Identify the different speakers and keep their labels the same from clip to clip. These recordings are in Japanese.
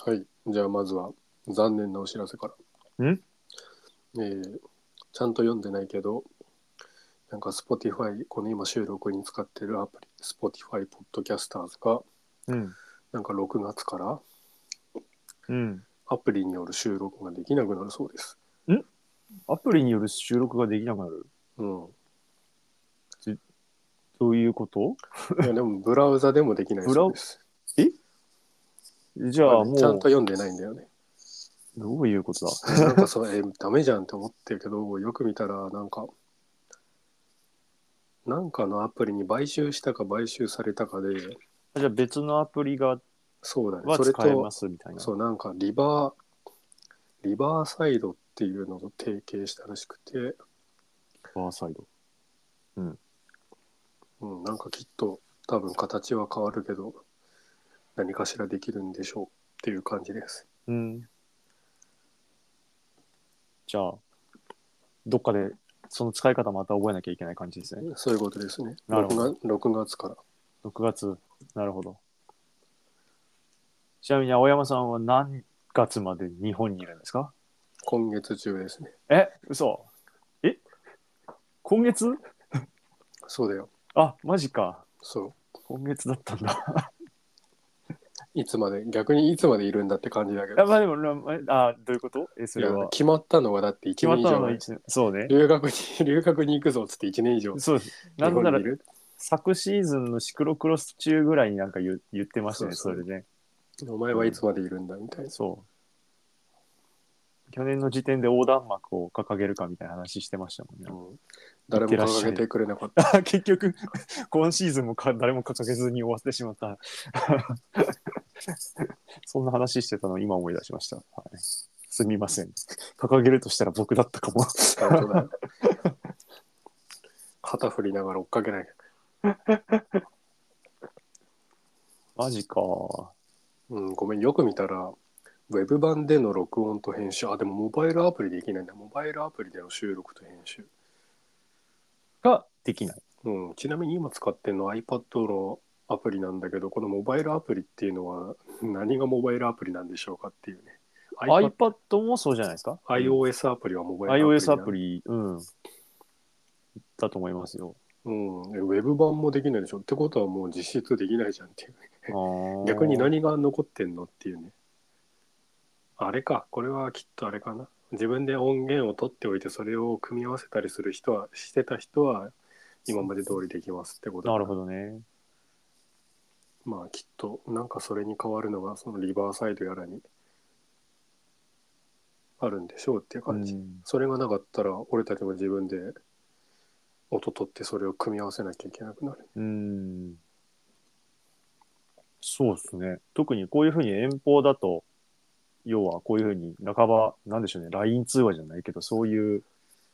Speaker 1: はい。じゃあまずは残念なお知らせから。
Speaker 2: ん
Speaker 1: えーちゃんと読んでないけど、なんか Spotify、この今収録に使ってるアプリ、Spotify Podcasters が、
Speaker 2: うん。
Speaker 1: なんか6月から
Speaker 2: うん。
Speaker 1: アプリによる収録ができなくなるそうです。
Speaker 2: アプリによる収録ができなくなる。
Speaker 1: うん。
Speaker 2: どういうこと
Speaker 1: いや、でもブラウザでもできないそうです。
Speaker 2: じゃあ
Speaker 1: あれ
Speaker 2: も
Speaker 1: ちゃん
Speaker 2: う
Speaker 1: と、読んでないんだよね。
Speaker 2: どういうことだ
Speaker 1: なんかそう、えーダメじゃんって思ってるけど、よく見たら、なんか、なんかのアプリに買収したか買収されたかで、
Speaker 2: あじゃあ別のアプリが
Speaker 1: そうだね。
Speaker 2: は
Speaker 1: それ
Speaker 2: 使え
Speaker 1: と
Speaker 2: ま、すみたいな。
Speaker 1: そう、なんかリバー、リバーサイドっていうのと提携したらしくて、
Speaker 2: バーサイド。
Speaker 1: うん、なんかきっと多分形は変わるけど、何かしらできるんでしょうっていう感じです。
Speaker 2: うん。じゃあ、どっかでその使い方また覚えなきゃいけない感じですね。
Speaker 1: そういうことですね。
Speaker 2: なるほ
Speaker 1: 6, 月6月から。
Speaker 2: 6月。なるほど。ちなみに青山さんは何月まで日本にいるんですか
Speaker 1: 今月中ですね。
Speaker 2: え、嘘。え今月
Speaker 1: そうだよ。
Speaker 2: あ、マジか。
Speaker 1: そう。
Speaker 2: 今月だったんだ。
Speaker 1: いつまで、逆にいつまでいるんだって感じだけ
Speaker 2: あ
Speaker 1: ど。
Speaker 2: まあでも、なまあ、あどういうことえ、それ
Speaker 1: いや
Speaker 2: は。
Speaker 1: 決まったのはだって1
Speaker 2: 決まっ
Speaker 1: 年以
Speaker 2: たの
Speaker 1: 上
Speaker 2: は
Speaker 1: 前
Speaker 2: 一年。そうね。
Speaker 1: 留学に、 留学に行くぞっつって1年以上。
Speaker 2: そうです。なんなら
Speaker 1: 日本にい、る
Speaker 2: 昨シーズンのシクロクロス中ぐらいになんか言言ってましたね、
Speaker 1: そ
Speaker 2: そう
Speaker 1: そう
Speaker 2: れね。
Speaker 1: お前はいつまでいるんだみたいな。
Speaker 2: そう。去年の時点で横断幕を掲げるかみたいな話してましたもんね。
Speaker 1: うん誰も掲げてくれなかった。
Speaker 2: あ結局、今シーズンもか誰も掲げずに終わってしまった。 そんな話してたのを今思い出しました。はい、すみません。掲げるとしたら僕だったかも。
Speaker 1: 本当だよ肩振りながら追っかけない。
Speaker 2: マジか。
Speaker 1: うん、ごめん、よく見たら、ウェブ版での録音と編集、あ、でもモバイルアプリできないんだ。モバイルアプリでの収録と編集。
Speaker 2: ができない。
Speaker 1: うん、ちなみに今使ってるのは iPad のアプリなんだけど、このモバイルアプリっていうのは何がモバイルアプリなんでしょうかっていうね。iPad
Speaker 2: iPad もそうじゃないですか
Speaker 1: iOS アプリはモバイル
Speaker 2: iOS アプ
Speaker 1: リ。
Speaker 2: リ、うん。だと思いますよ。
Speaker 1: うん、ウェブ版もできないでしょ。ってことはもう実質できないじゃんっていう。
Speaker 2: あー
Speaker 1: 逆に何が残ってんのっていうねあれかこれはきっとあれかな自分で音源を取っておいてそれを組み合わせたりする人はしてた人は今まで通りできますってこと
Speaker 2: なるほどね。
Speaker 1: まあきっとなんかそれに変わるのがそのリバーサイドやらにあるんでしょうっていう
Speaker 2: う
Speaker 1: 感じ、
Speaker 2: ん、
Speaker 1: それがなかったら俺たちも自分で音取ってそれを組み合わせなきゃいけなくなる
Speaker 2: うん。そうですね。特にこういうふうに遠方だと、要はこういうふうに半ば、なんでしょうね、LINE 通話じゃないけど、そういう、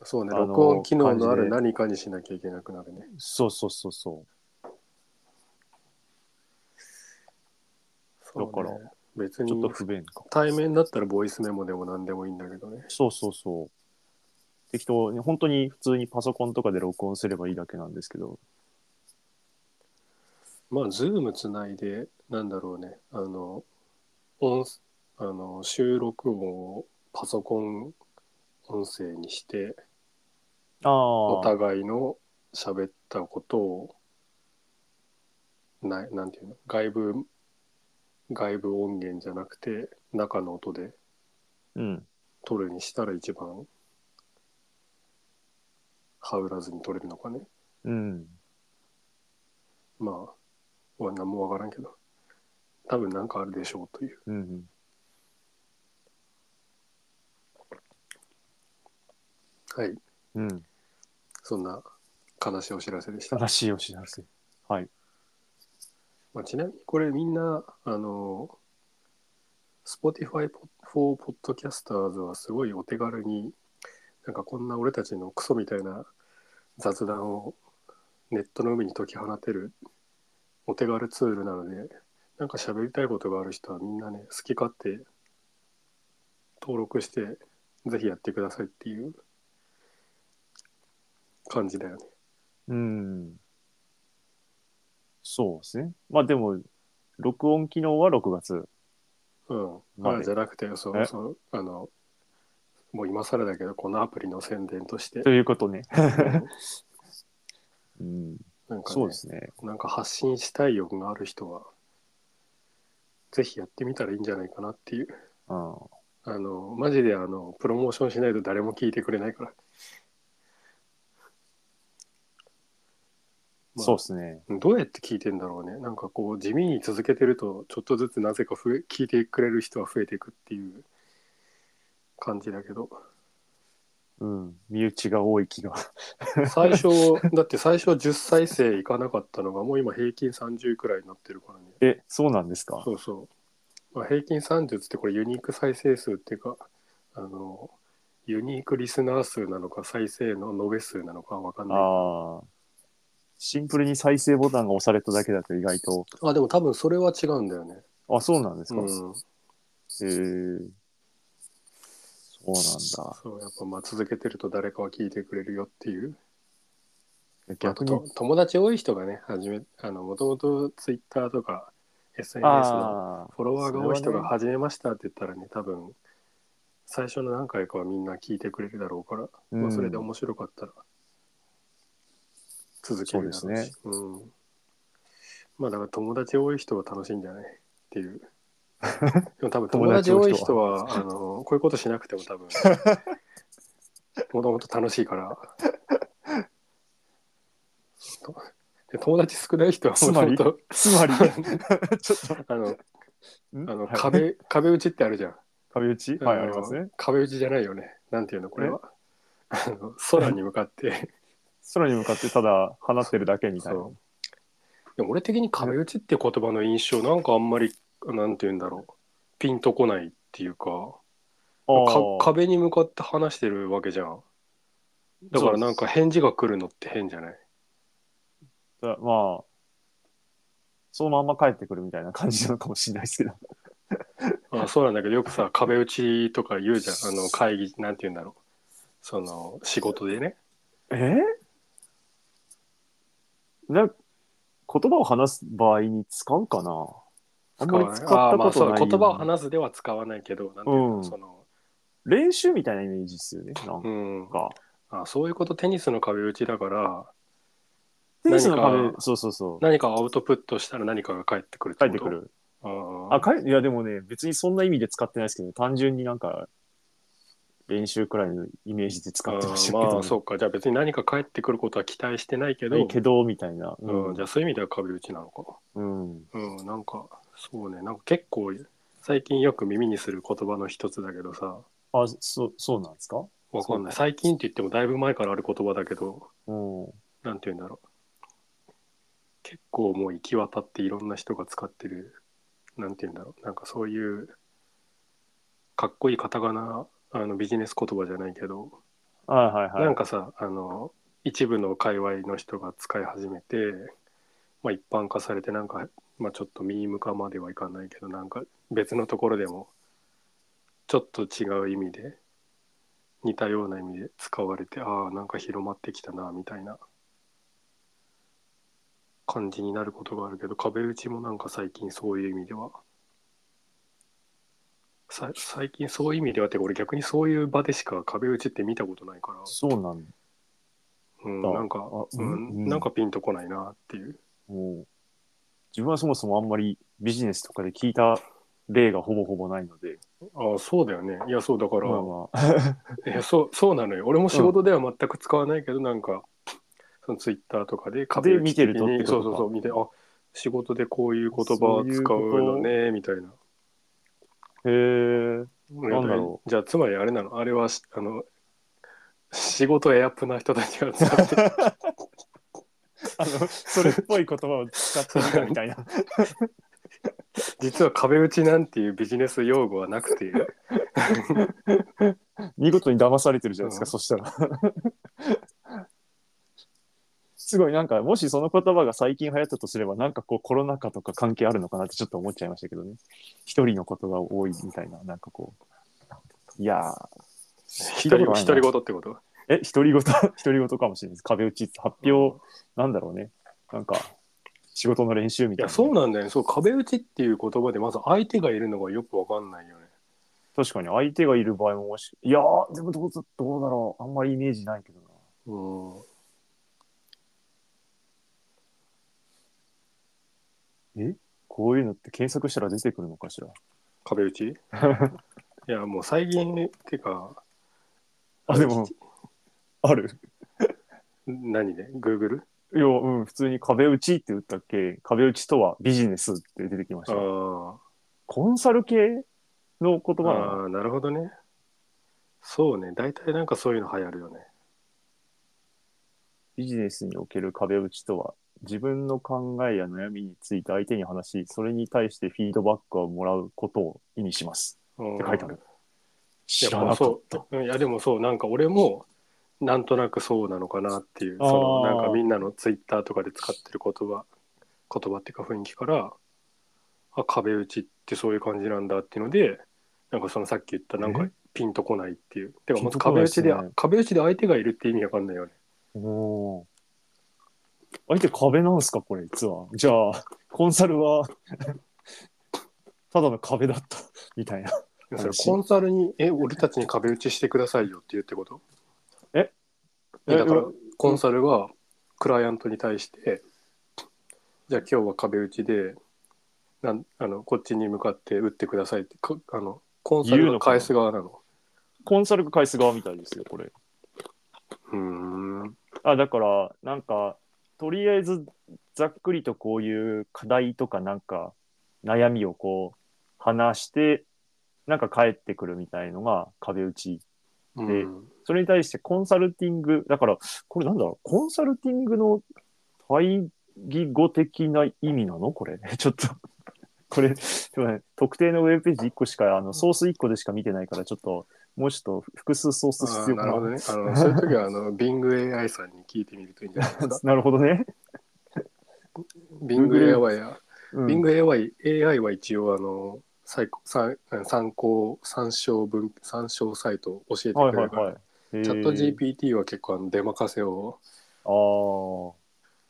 Speaker 1: そうね
Speaker 2: あの
Speaker 1: 録音機能のあ
Speaker 2: 感じ
Speaker 1: る
Speaker 2: で
Speaker 1: 何かにしなきゃいけなくなるね
Speaker 2: そうそうそうそ
Speaker 1: そうね
Speaker 2: だから
Speaker 1: 別
Speaker 2: う、
Speaker 1: に
Speaker 2: ちょっと不便か。
Speaker 1: 対面だったらボイスメモでも何でもいいんだけどね。
Speaker 2: そうそうそう。適当に、本当に普通にパソコンとかで録音すればいいだけなんですけど、
Speaker 1: まあ、ズームつないで、なんだろうね、あの、音す、あの、収録音をパソコン音声にして、
Speaker 2: あ
Speaker 1: お
Speaker 2: あ、
Speaker 1: 互いの喋ったことを、な、なんていうの、外部、外部音源じゃなくて、中の音で
Speaker 2: うん。
Speaker 1: 撮るにしたら一番、はうらずに撮れるのかね。
Speaker 2: うん。
Speaker 1: まあ、俺は何もわからんけど、多分なんかあるでしょうという。
Speaker 2: うん。
Speaker 1: はい。
Speaker 2: うん。
Speaker 1: そんな悲しいお知らせでした。
Speaker 2: 正しいお知らせ。はい。
Speaker 1: まあ、ちなみにこれみんな、あの、Spotify for Podcasters はすごいお手軽に、なんかこんな俺たちのクソみたいな雑談をネットの海に解き放てるお手軽ツールなので、なんか喋りたいことがある人はみんなね、好き勝手登録して、ぜひやってくださいっていう感じだよね。
Speaker 2: うん。そうですね。まあでも、録音機能は6月
Speaker 1: うん
Speaker 2: まあ
Speaker 1: あ、じゃなくてそ
Speaker 2: え
Speaker 1: うそうあのもう今更だけどこのアプリの宣伝として
Speaker 2: ということね。
Speaker 1: うん
Speaker 2: うん、
Speaker 1: なんか、ね、
Speaker 2: そうですね。
Speaker 1: なんか発信したい欲がある人はぜひやってみたらいいんじゃないかなっていう
Speaker 2: うん、
Speaker 1: あのマジであのプロモーションしないと誰も聞いてくれないから、まあ
Speaker 2: そうですね。
Speaker 1: どうやって聞いてんだろうねなんかこう地味に続けてるとちょっとずつなぜか増え聞いてくれる人は増えていくっていう感じだけど
Speaker 2: うん、身内が多い気が。
Speaker 1: 最初だって最初10再生いかなかったのがもう今平均30くらいになってるからね
Speaker 2: え、そうなんですか。
Speaker 1: そうそう、まあ、平均30つってこれユニーク再生数っていうかあのユニークリスナー数なのか再生の延べ数なのかわかんない
Speaker 2: ああ。シンプルに再生ボタンが押されただけだと意外と。
Speaker 1: あでも多分それは違うんだよね
Speaker 2: あ、そうなんですか。
Speaker 1: うん
Speaker 2: へえそうなんだ。
Speaker 1: そうやっぱまあ続けてると誰かは聞いてくれるよっていう
Speaker 2: え
Speaker 1: あと
Speaker 2: 逆に。
Speaker 1: と友達多い人がね始めあのもともとツイッターとか SNS の
Speaker 2: ああ。
Speaker 1: フォロワーが多い人
Speaker 2: それ
Speaker 1: が
Speaker 2: はね
Speaker 1: 始めましたって言ったらね多分最初の何回かはみんな聞いてくれるだろうから、まあ、それで面白かったら続けるだろうし
Speaker 2: そうですね
Speaker 1: うん、まあだから友達多い人は楽しいんじゃないっていう でも多分友達多い人はあのこういうことしなくても多 分もともと楽しいからそう で友達少ない人はもともと
Speaker 2: つ まり、ちょっ
Speaker 1: あの
Speaker 2: と、ん
Speaker 1: あの
Speaker 2: はい
Speaker 1: 壁壁打ちってあるじゃん
Speaker 2: 壁打ちはい、
Speaker 1: の
Speaker 2: ありますね。
Speaker 1: 壁打ちじゃないよねなんていうのこれはあの空に向か って
Speaker 2: 空に向かってただ放ってるだけみたいな。
Speaker 1: そうでも俺的に壁打ちって言葉の印象なんかあんまりなんて言うんだろうピンとこないっていうかか
Speaker 2: ああ。
Speaker 1: 壁に向かって話してるわけじゃんだからなんか返事が来るのって変じゃない
Speaker 2: だまあ、そのまんま帰ってくるみたいな感じなのかもしれないですけど。
Speaker 1: あ そうなんだけどよくさ壁打ちとか言うじゃんあの会議なんて言うんだろうその仕事でね
Speaker 2: えな言葉を話す場合に使うかなあんまり使ったことない
Speaker 1: あーまあ、そう言葉を話すでは使わないけどなんていうの、
Speaker 2: うん
Speaker 1: その
Speaker 2: 練習みたいなイメージですよね。なん
Speaker 1: うん
Speaker 2: か。
Speaker 1: あそういうことテニスの壁打ちだから
Speaker 2: テニスの
Speaker 1: 何
Speaker 2: 壁
Speaker 1: か、
Speaker 2: そうそうそう。
Speaker 1: 何かアウトプットしたら何かが返ってくるって
Speaker 2: 書
Speaker 1: こ
Speaker 2: い
Speaker 1: と
Speaker 2: てくる。
Speaker 1: あ
Speaker 2: あ、かいいやでもね、別にそんな意味で使ってないですけど、単純になんか、練習くらいのイメージで使ってましたけど、
Speaker 1: あーまあそうかじゃあ別に何か返ってくることは期待してないけど、
Speaker 2: ないけど、みたいな。
Speaker 1: うん、じゃあそういう意味では壁打ちなのか
Speaker 2: うん。
Speaker 1: うんなんかそうねなんか結構最近よく耳にする言葉の一つだけどさ
Speaker 2: あ、そう、そうなんですか
Speaker 1: わかんない最近って言ってもだいぶ前からある言葉だけど
Speaker 2: うん。
Speaker 1: なんて言うんだろう結構もう行き渡っていろんな人が使ってるなんて言うんだろうなんかそういうかっこいいカタカナあのビジネス言葉じゃないけど、
Speaker 2: はいはいはい。
Speaker 1: なんかさあの一部の界隈の人が使い始めて、まあ、一般化されてなんか、まあ、ちょっとミーム化まではいかないけどなんか別のところでもちょっと違う意味で似たような意味で使われてああなんか広まってきたなみたいな感じになることがあるけど壁打ちもなんか最近そういう意味では。さ最近そういう意味ではってか俺逆にそういう場でしか壁打ちって見たことないから
Speaker 2: そうなん
Speaker 1: うん、
Speaker 2: だ
Speaker 1: なんか
Speaker 2: あ、
Speaker 1: う
Speaker 2: うんうん
Speaker 1: ん、なんかピンとこないなっていう。
Speaker 2: もう、自分はそもそもあんまりビジネスとかで聞いた例がほぼほぼないので、
Speaker 1: ああ、そうだよね。いや、 そうだから、
Speaker 2: まあまあ、
Speaker 1: いやそう、そうなのよ。俺も仕事では全く使わないけど、なんか、そのツイッターとかで壁打ち的に
Speaker 2: 見てるとってことか
Speaker 1: そうそうそう、見て、あ仕事でこういう言葉使うのね、みたいな。
Speaker 2: へえ、
Speaker 1: なん
Speaker 2: だろ
Speaker 1: じゃあ、つまりあれなの、あれはし、あの、仕事エアップな人たちが使って る
Speaker 2: あの、それっぽい言葉を使ってみたみたいな。
Speaker 1: 実は壁打ちなんていうビジネス用語はな くて、
Speaker 2: 見事に騙されてるじゃない
Speaker 1: う
Speaker 2: ですか、
Speaker 1: ん
Speaker 2: そしたら。 すごいなんかもしその言葉が最近流行ったとすればなんかこうコロナ禍とか関係あるのかなってちょっと思っちゃいましたけどね一人のことが多いみたいななんかこういやー
Speaker 1: 一人
Speaker 2: 聞い
Speaker 1: 独
Speaker 2: たことない
Speaker 1: り
Speaker 2: な
Speaker 1: 言ってこと
Speaker 2: え、 独り言、独り言かもしれないです。壁打ちって発表、なんだろうね。なんか、仕事の練習み
Speaker 1: い
Speaker 2: たい
Speaker 1: や
Speaker 2: な。
Speaker 1: そうなんだよねそう壁打ちっていう言葉でまず相手がいるのがよくわかんないよね
Speaker 2: 確かに相手がいる場合ももし、いやー、でもどうぞどうだろう。あんまりイメージないけどな。
Speaker 1: うん
Speaker 2: こういうのって検索したら出てくるのかしら。
Speaker 1: 壁 打ちいやもう最近っていうか
Speaker 2: あ、でも、ある。
Speaker 1: 何で Google?
Speaker 2: いや、うん、普通に壁打ちって打ったっけ壁打ちとはビジネスって出てきまし
Speaker 1: あ
Speaker 2: た。
Speaker 1: ー
Speaker 2: コンサル系の言葉なの
Speaker 1: あーなるほどねそうね大体なんかそういうの流行るよね
Speaker 2: ビジネスにおける壁打ちとは、自分の考えや悩みについて相手に話し、それに対してフィードバックをもらうことを意味します。
Speaker 1: うん
Speaker 2: って書いてある。知
Speaker 1: や
Speaker 2: らなかった。
Speaker 1: そううんいやでもそうなんか俺もなんとなくそうなのかなっていう
Speaker 2: あー
Speaker 1: そのなんかみんなのツイッターとかで使ってる言葉言葉っていうか雰囲気からあ壁打ちってそういう感じなんだっていうのでなんかそのさっき言ったなんか
Speaker 2: え
Speaker 1: ピンとこないっていうてかまず
Speaker 2: ピンとこな
Speaker 1: 壁
Speaker 2: い
Speaker 1: 打
Speaker 2: っす
Speaker 1: ち
Speaker 2: ね
Speaker 1: で壁打ちで相手がいるって意味わかんないよね
Speaker 2: おー相手壁なんすかこれ、実は。じゃあ、コンサルは、 ただの壁だった、みたいな。
Speaker 1: それ
Speaker 2: 安心
Speaker 1: コンサルに「え俺たちに壁打ちしてくださいよ」って言うってこと
Speaker 2: え
Speaker 1: いやだから
Speaker 2: え
Speaker 1: コンサルがクライアントに対して「じゃあ今日は壁打ちでなんあのこっちに向かって打ってください」ってこあのコンサル
Speaker 2: 言う
Speaker 1: の
Speaker 2: のかな
Speaker 1: 返す側なの。
Speaker 2: コンサルが返す側みたいですよ、これ。
Speaker 1: うーん
Speaker 2: あだからなんかとりあえずざっくりとこういう課題とかなんか悩みをこう話してなんか返ってくるみたいのが壁打ち
Speaker 1: うん
Speaker 2: それに対してコンサルティングだからこれなんだろうコンサルティングの対義語的な意味なのこれ ちょっとこれすいません特定のウェブページ1個しかあのソース1個でしか見てないからちょっともうちょっと複数ソー
Speaker 1: あ
Speaker 2: ス必
Speaker 1: ー
Speaker 2: 要
Speaker 1: な
Speaker 2: か
Speaker 1: る
Speaker 2: な
Speaker 1: ほどね。あのそういう時はあの BingAI さんに聞いてみるといいんじゃないです か。
Speaker 2: なるほどね、
Speaker 1: BingAI や
Speaker 2: うん
Speaker 1: BingAI AI は一応あの最参参考参照文参照サイトを教えてく
Speaker 2: は
Speaker 1: れ
Speaker 2: いはい
Speaker 1: るから、
Speaker 2: はい。
Speaker 1: チャット
Speaker 2: へー
Speaker 1: GPT は結構あの出任せを
Speaker 2: ああ。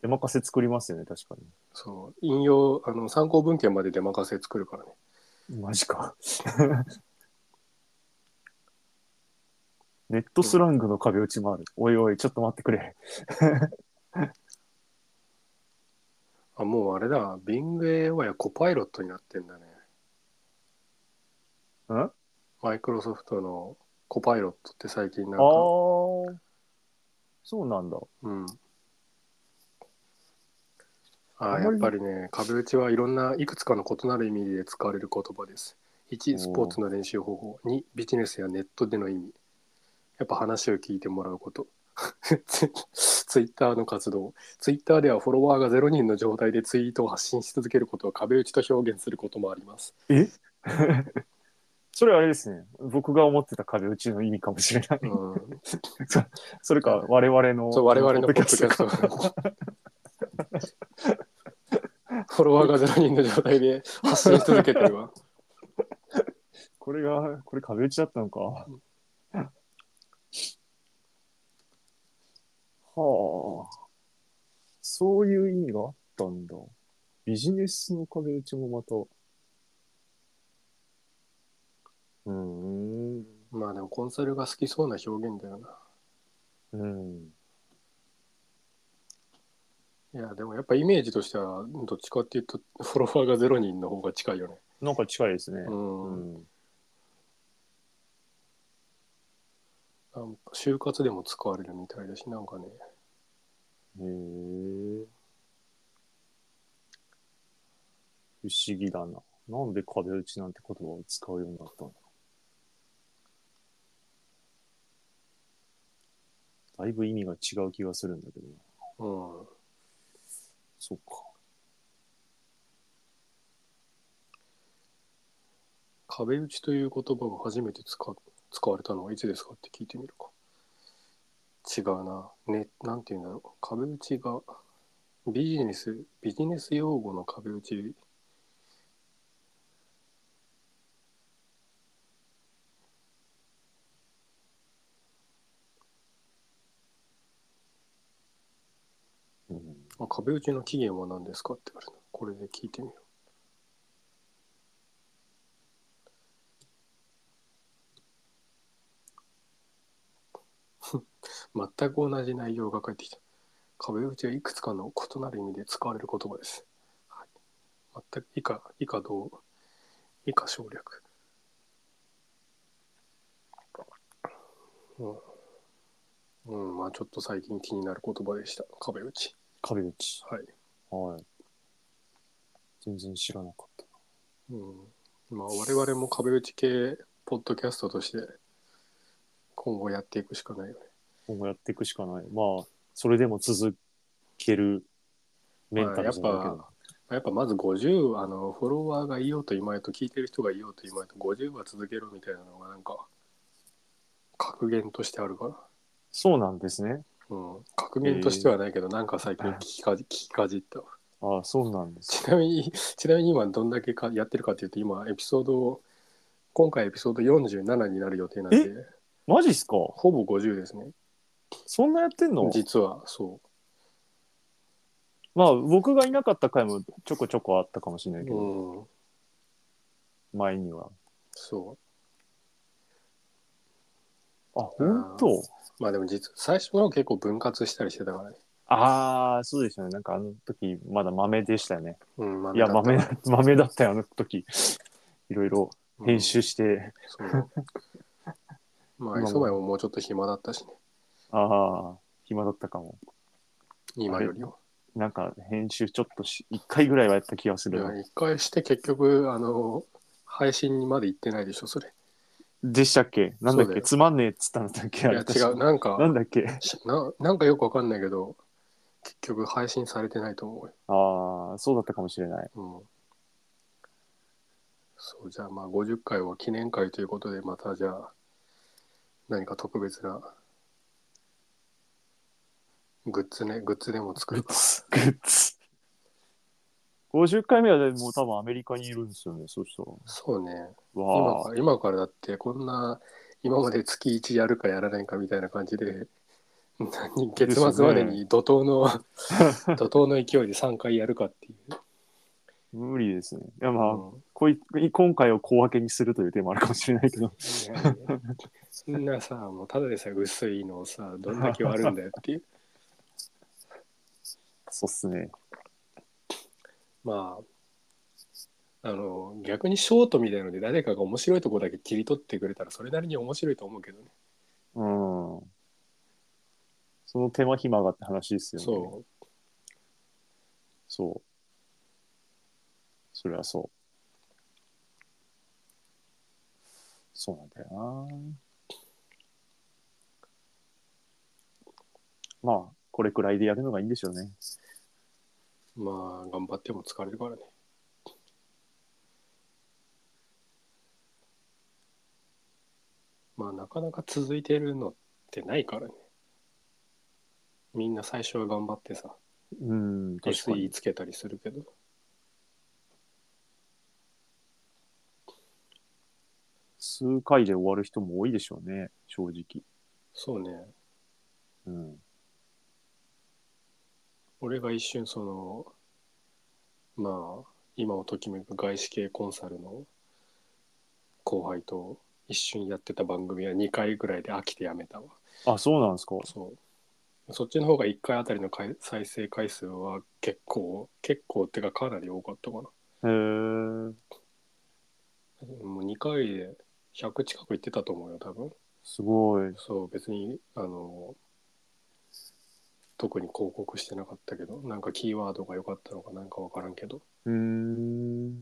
Speaker 2: 出任せ作りますよね、確か
Speaker 1: そう引用あの参考文献まで出任せ作るからね
Speaker 2: に。マジか。 ネットスラングの壁打ちもある。おいおい、ちょっと待ってくれ。
Speaker 1: あもうあれだ BingAI はコパイロットになってんだね
Speaker 2: んあ
Speaker 1: マイクロソフトのコパイロットって最近なん
Speaker 2: あ
Speaker 1: か
Speaker 2: ー。そうなんだ。
Speaker 1: うんあ
Speaker 2: あ
Speaker 1: ー
Speaker 2: ん
Speaker 1: や
Speaker 2: まり
Speaker 1: っぱりね壁打ちはいろんないくつかの異なる意味で使われる言葉です
Speaker 2: お
Speaker 1: 1
Speaker 2: ー
Speaker 1: スポーツの練習方法2ビジネスやネットでの意味やっぱ話を聞いてもらうこと ツツイッターの活動ツイッターではフォロワーが0人の状態でツイートを発信し続けることは壁打ちと表現することもあります
Speaker 2: えそれあれですね。僕が思ってた壁打ちの意味かもしれない。
Speaker 1: うん
Speaker 2: それか、我々の。
Speaker 1: そう我々のポッドキャスト フォロワーが0人の状態で発信し続けてるわ
Speaker 2: これが、これ壁打ちだったのか。はあ。そういう意味があったんだ。ビジネスの壁打ちもまた。うーん。
Speaker 1: まあでもコンサルが好きそうな表現だよな。
Speaker 2: うん。
Speaker 1: いやでもやっぱイメージとしてはどっちかっていうとフォロワーがゼロ人の方が近いよね。
Speaker 2: なんか近いですね。う
Speaker 1: うん。
Speaker 2: ん。
Speaker 1: なんか就活でも使われるみたいだしなんかね。
Speaker 2: へえ。不思議だな。なんで壁打ちなんて言葉を使うようになったんだだいぶ意味が違う気がするんだけどな。
Speaker 1: うん。
Speaker 2: そっか。
Speaker 1: 壁打ちという言葉が初めて使使われたのはいつですかって聞いてみるか。違うな。ね、なんて言うんだろう。壁打ちがビジネス、ビジネス用語の壁打ち。
Speaker 2: うん
Speaker 1: あ壁打ちの期限は何ですかって言われるのこれで聞いてみよう。全く同じ内容が返ってきた。壁打ちはいくつかの異なる意味で使われる言葉です。はい、全く以下、以下同、以下省略。うん、うん、まあちょっと最近気になる言葉でした。壁打ち。
Speaker 2: 壁打ち。
Speaker 1: はい。
Speaker 2: はい。全然知らなかった。
Speaker 1: うん、まあ我々も壁打ち系ポッドキャストとして今後やっていくしかないよね。
Speaker 2: 今後やっていくしかない。まあ、それでも続けるメンタルじゃないけど
Speaker 1: まやっぱまず50あのフォロワーがいようといまいと聞いてる人がいようといまいと50は続けろみたいなのがなんか格言としてあるから、
Speaker 2: そうなんですね。
Speaker 1: うん、格言としてはないけどなんか最近聞きかじ聞きかじったわ
Speaker 2: ああ、そうなんです。
Speaker 1: ちなみにちなみに今どんだけかやってるかっていうと今エピソード今回エピソード47になる予定なんで
Speaker 2: えマジっすか
Speaker 1: ほぼ50ですね
Speaker 2: そんなやってんの
Speaker 1: 実はそう
Speaker 2: まあ、僕がいなかった回もちょこちょこあったかもしれないけど、
Speaker 1: うん、
Speaker 2: 前には。
Speaker 1: そ
Speaker 2: あ、本当
Speaker 1: う。まあでも実、最初の方結構分割したりしてたからね。
Speaker 2: ああ、そうですよね。なんかあの時、まだ豆でしたよね。
Speaker 1: うん、まあ
Speaker 2: いや、
Speaker 1: だった
Speaker 2: 豆、豆だったよ、あの時。いろいろ
Speaker 1: うん
Speaker 2: 編集して。
Speaker 1: そう。まあ、磯貝ももうちょっと暇だったしね。
Speaker 2: ああ、暇だったかも。
Speaker 1: 今よりは。
Speaker 2: なんか編集ちょっとし、1回ぐらいはやった気がす
Speaker 1: い
Speaker 2: るな。
Speaker 1: や、一回して結局、あの、配信にまで行ってないでしょ、それ。
Speaker 2: でしたっけなんだ
Speaker 1: そう
Speaker 2: っ
Speaker 1: だ
Speaker 2: け
Speaker 1: よ
Speaker 2: つまんねえっつったんだっ
Speaker 1: い
Speaker 2: けあ
Speaker 1: や、
Speaker 2: れ
Speaker 1: 違う。。なんか
Speaker 2: 確かなんだっけ
Speaker 1: しな、なんかよくわかんないけど、結局配信されてないと思うよ。
Speaker 2: ああ、そうだったかもしれない。
Speaker 1: うん。そう、じゃあまあ、50回は記念会ということで、またじゃあ、何か特別な、グッズね、グッズでも作
Speaker 2: グ
Speaker 1: る
Speaker 2: ッ
Speaker 1: か。
Speaker 2: ズ、グッズ。50回目はでもう多分アメリカにいるんですよね、そうそ
Speaker 1: そうね。
Speaker 2: う。
Speaker 1: 今
Speaker 2: わあ
Speaker 1: か、ら今からだって、こんな、今まで月1やるかやらないかみたいな感じで、何月末までに怒涛の、 怒涛の勢いで3回やるかっていう。
Speaker 2: 無理ですね。いやまあ、
Speaker 1: うん
Speaker 2: こい今回を小分けにするという手もあるかもしれないけど。
Speaker 1: いやいやそんなさ、もうただでさえ薄いのをさ、どんだけ割るんだよっていう。
Speaker 2: そうっすね。
Speaker 1: まあ、あの、逆にショートみたいので誰かが面白いとこだけ切り取ってくれたらそれなりに面白いと思うけどね。
Speaker 2: うん。その手間暇がって話ですよね。
Speaker 1: そう。
Speaker 2: そう。それはそう。そうなんだよな。まあ、これくらいでやるのがいいんでしょうね。
Speaker 1: まあ、頑張っても疲れるからね。まあ、なかなか続いてるのってないからね。みんな最初は頑張ってさ、
Speaker 2: うん、確か
Speaker 1: SE
Speaker 2: に。
Speaker 1: つけたりするけど。
Speaker 2: 数回で終わる人も多いでしょうね、正直。
Speaker 1: そうね。
Speaker 2: うん。
Speaker 1: 俺が一瞬その、まあ、今をときめく外資系コンサルの後輩と一瞬やってた番組は2回ぐらいで飽きてやめたわ。
Speaker 2: あ、そうなんですか。
Speaker 1: そう。そっちの方が1回あたりの回再生回数は結構、結構ってかかなり多かったかな。
Speaker 2: へえ、
Speaker 1: もう2回で100近く行ってたと思うよ、多分。
Speaker 2: すごい。
Speaker 1: そう、別に、あの、特に広告してなかったけど、なんかキーワードが良かったのかなんかわからんけど、
Speaker 2: うーん。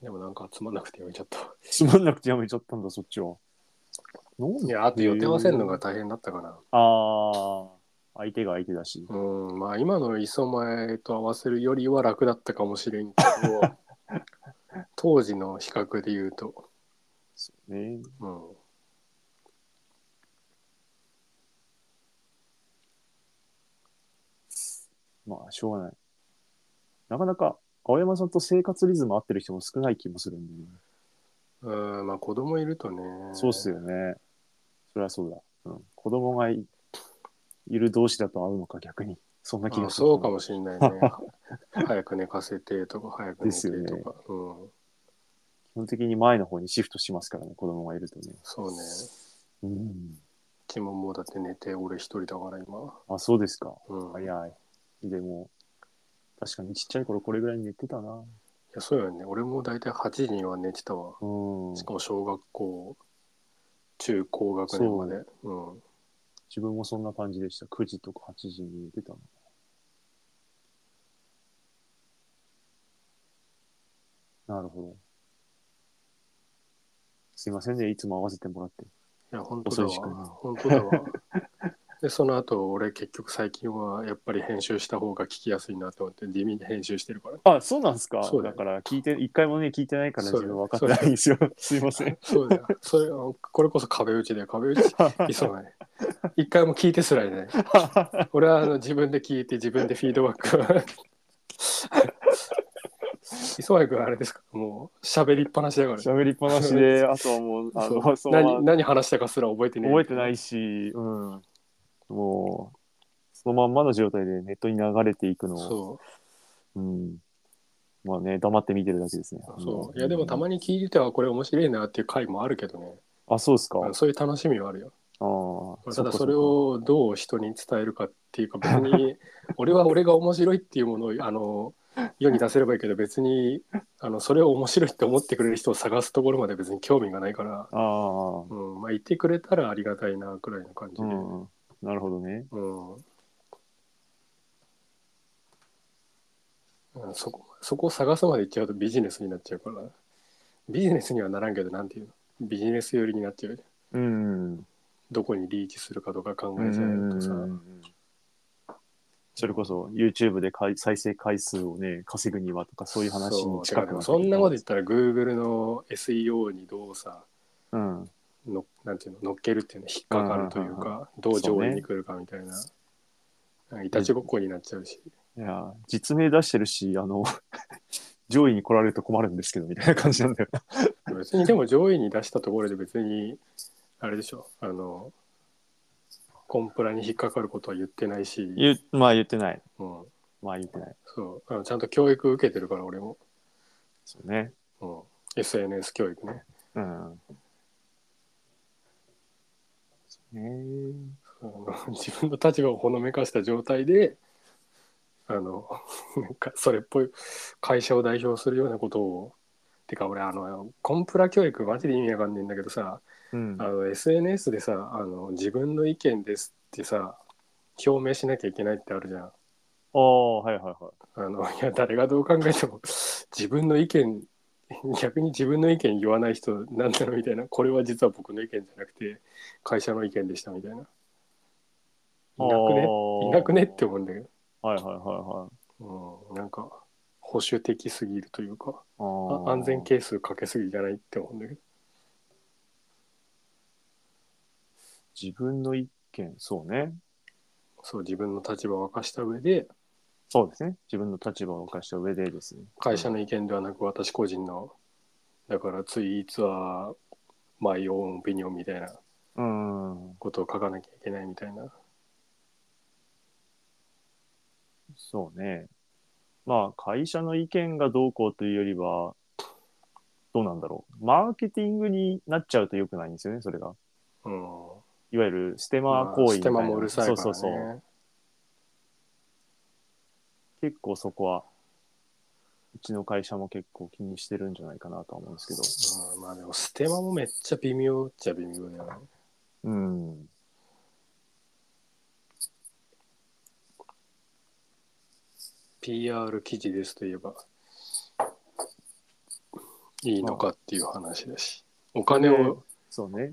Speaker 1: でもなんか集まんなくてやめちゃったわ。
Speaker 2: つまんなくてやめちゃったんだ、そっちは。なん
Speaker 1: い
Speaker 2: で
Speaker 1: や、あと予定合わせるのが大変だったかな。
Speaker 2: ああ、相手が相手だし。
Speaker 1: うん、まあ今の磯前と合わせるよりは楽だったかもしれんけど、 当時の比較で言うと、
Speaker 2: そうね。
Speaker 1: うん。
Speaker 2: まあ、しょうがない。なかなか、青山さんと生活リズム合ってる人も少ない気もするんで、ね
Speaker 1: うんまあ子供いるとね。
Speaker 2: そうっすよね。それはそうだ。うん、子供がいいる同士だと合うのか、逆に。そんな気が
Speaker 1: あ
Speaker 2: する。
Speaker 1: そうかもしれない ね。早く寝かせてとか、早く寝て
Speaker 2: です
Speaker 1: と
Speaker 2: よね
Speaker 1: か。うん。
Speaker 2: 基本的に前の方にシフトしますからね、子供がいるとね。
Speaker 1: そうね。
Speaker 2: うん。
Speaker 1: うちももうだって寝て、俺一人だから今。
Speaker 2: あ、そうですか。
Speaker 1: うん。いや、
Speaker 2: 早い。でも、確かにちっちゃい頃これぐらいに寝てたな。
Speaker 1: そうよね。俺も大体8時には寝てたわ。
Speaker 2: うん。
Speaker 1: しかも小学校、中高学年まで。うん。
Speaker 2: 自分もそんな感じでした。9時とか8時に寝てたの。なるほど。すいませんね。いつも合わせてもらって。
Speaker 1: いや、本当だ
Speaker 2: 遅い時間な
Speaker 1: わ。本当だ わ。で、その後、俺結局最近はやっぱり編集した方が聞きやすいなと思って、地味に編集してるから。
Speaker 2: あ、そうなんですか
Speaker 1: そうだ
Speaker 2: だ
Speaker 1: よ
Speaker 2: から、聞いて、一回もね、聞いてないから
Speaker 1: そう
Speaker 2: 自
Speaker 1: だよ
Speaker 2: 分分かってないんですよ。 すいません。
Speaker 1: そうだ よ。それ、あのこれこそ壁打ちで、壁打ち、急がない。一回も聞いてすらい ない。俺はあの自分で聞いて、自分でフィードバック は。磯貝君あれですかもう喋りっぱなしだから、
Speaker 2: 喋りっぱなし で、あとはもう、あ
Speaker 1: そ
Speaker 2: の、
Speaker 1: う
Speaker 2: そう
Speaker 1: 何何話したかすら覚えてない
Speaker 2: 覚えてないし、うん。もう、そのまんまの状態でネットに流れていくのを、
Speaker 1: そう
Speaker 2: うん。まあね、黙って見てるだけですね。
Speaker 1: そ
Speaker 2: ん
Speaker 1: ういやでもたまに聞いててはこれ面白いなっていう回もあるけどね
Speaker 2: あ、そうですか。
Speaker 1: あのそういう楽しみはあるよ
Speaker 2: ああ。
Speaker 1: ただ
Speaker 2: っか
Speaker 1: それをどう人に伝えるかっていうか別に 俺は俺が面白いっていうものをあの世に出せればいいけど別にあのそれを面白いって思ってくれる人を探すところまで別に興味がないから、
Speaker 2: そっかあ
Speaker 1: うんまあ、いてくれたらありがたいなくらいの感じ
Speaker 2: あ。う
Speaker 1: で、
Speaker 2: ん。なるほどね。
Speaker 1: うんうんそこそこを探すまで行っちゃうとビジネスになっちゃうからビジネスにはならんけどなんていうのビジネス寄りになっちゃうじゃん
Speaker 2: うん。
Speaker 1: どこにリーチするかとか考
Speaker 2: う
Speaker 1: えちゃうんとさ、
Speaker 2: それこそ YouTube でかい再生回数をね、稼ぐにはとかそういう話に近く
Speaker 1: そ
Speaker 2: な
Speaker 1: う
Speaker 2: って
Speaker 1: そんなこと言ったら Google の SEO にどうさ
Speaker 2: うん。
Speaker 1: のなんていうの乗っけるっていうの引っかかるという
Speaker 2: うんうん
Speaker 1: かどう上位に来るかみたいな、なんかいたちごっこになっちゃうし、
Speaker 2: いや、実名出してるし、あの、 上位に来られると困るんですけど、みたいな感じなんだよな。
Speaker 1: 別にでも上位に出したところで別にあれでしょあのコンプラに引っかかることは言ってないし、うん、
Speaker 2: 言うまあ言ってない。まあ言ってない。
Speaker 1: そうあのちゃんと教育受けてるから俺も、
Speaker 2: そうね。
Speaker 1: うん、SNS 教育ね、
Speaker 2: うん。そうね。
Speaker 1: うん自分の 立場をほのめかした状態であの なんかそれっぽい会社を代表するようなことをてか俺あのコンプラ教育マジで意味わかんねえんだけどさ
Speaker 2: うん
Speaker 1: あ。の SNS でさあの自分の意見ですってさ表明しなきゃいけないってあるじゃん。
Speaker 2: ああ、はいはいは
Speaker 1: あの いや誰がどう考えても自分の意見逆に自分の意見言わない人なんだろうみたいなこれは実は僕の意見じゃなくて会社の意見でしたみたいな。いなく
Speaker 2: い。
Speaker 1: ねいなくねって
Speaker 2: 思
Speaker 1: 思うんだけ
Speaker 2: はいはいはいはい
Speaker 1: ど、うん、なんか保守的すぎるというか
Speaker 2: あ
Speaker 1: あ
Speaker 2: ー。
Speaker 1: 安全係数かけすぎじゃないって思うんだけど
Speaker 2: 自分の意見、そうね。
Speaker 1: そう自分の立場を明かした上で
Speaker 2: そうですね。自分の立場を犯した上でですね。
Speaker 1: 会社
Speaker 2: の。
Speaker 1: の意見ではなく私個人のだからツイーツはマイオンオピニオンみたいな
Speaker 2: うん。
Speaker 1: ことを書かなきゃいけないみたいな
Speaker 2: そうね。まあ、会社の意見がどうこうというよりは、どうなんだろう。マーケティングになっちゃうと良くないんですよね、それが。
Speaker 1: うん
Speaker 2: いわゆるステマ行為
Speaker 1: ス
Speaker 2: みた
Speaker 1: テ
Speaker 2: いな。
Speaker 1: マもうるさいから、ね、
Speaker 2: そうそうそう。結構そこは、うちの会社も結構気にしてるんじゃないかなとは思うんですけど。
Speaker 1: うんまあでもステマもめっちゃ微妙っちゃ微妙だよね
Speaker 2: うん。
Speaker 1: PR 記事ですといえばいいのかっていう話だしお金
Speaker 2: ね
Speaker 1: を
Speaker 2: そうね。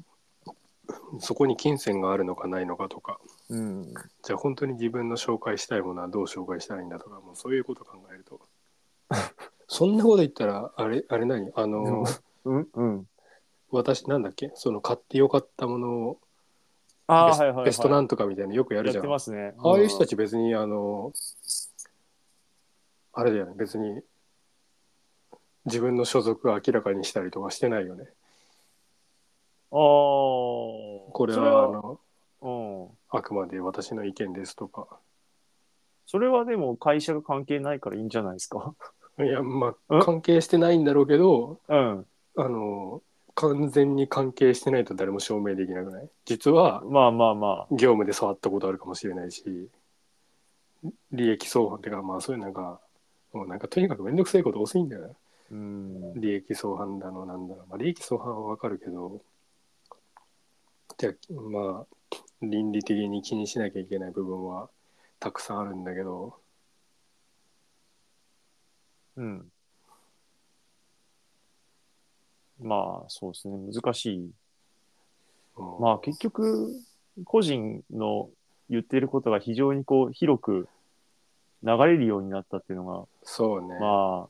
Speaker 1: そこに金銭があるのかないのかとか
Speaker 2: うん。
Speaker 1: じゃあ本当に自分の紹介したいものはどう紹介したらいいんだとかもうそういうこと考える とそんなこと言ったらあれあれ何あの
Speaker 2: うんうん。
Speaker 1: 私なんだっけその買ってよかったものを
Speaker 2: ああ、
Speaker 1: ベ
Speaker 2: はい
Speaker 1: ス,、
Speaker 2: はいはい。
Speaker 1: ベストなんとかみたいなのよくやるじ
Speaker 2: や
Speaker 1: ゃ
Speaker 2: っ
Speaker 1: ん
Speaker 2: てますね。
Speaker 1: ああいう人た
Speaker 2: ち。
Speaker 1: ち別にあのあれだよね別に自分の所属を明らかにしたりとかしてないよね
Speaker 2: ああ。こ
Speaker 1: これはあの
Speaker 2: うん。
Speaker 1: あくまで私の意見ですとか
Speaker 2: それはでも会社が関係ないからいいんじゃないですか。
Speaker 1: いやま
Speaker 2: ん
Speaker 1: あ関係してないんだろうけど
Speaker 2: うん。
Speaker 1: あの完全に関係してないと誰も証明できなくない実は
Speaker 2: まあまあま
Speaker 1: 業務で触ったことあるかもしれないし利益相反っていうかまあそういうなんかもうなんかとにかく面倒くさいこと多すぎんだよな
Speaker 2: あ。うん。
Speaker 1: 利益相反だのなんだの、まあ、利益相反はわかるけどじゃあまあ倫理的に気にしなきゃいけない部分はたくさんあるんだけど
Speaker 2: うん。まあ、そうですね。難しい。
Speaker 1: うん
Speaker 2: まあ、結局、個人の言ってることが非常にこう、広く流れるようになったっていうの
Speaker 1: そうね、
Speaker 2: が、まあ、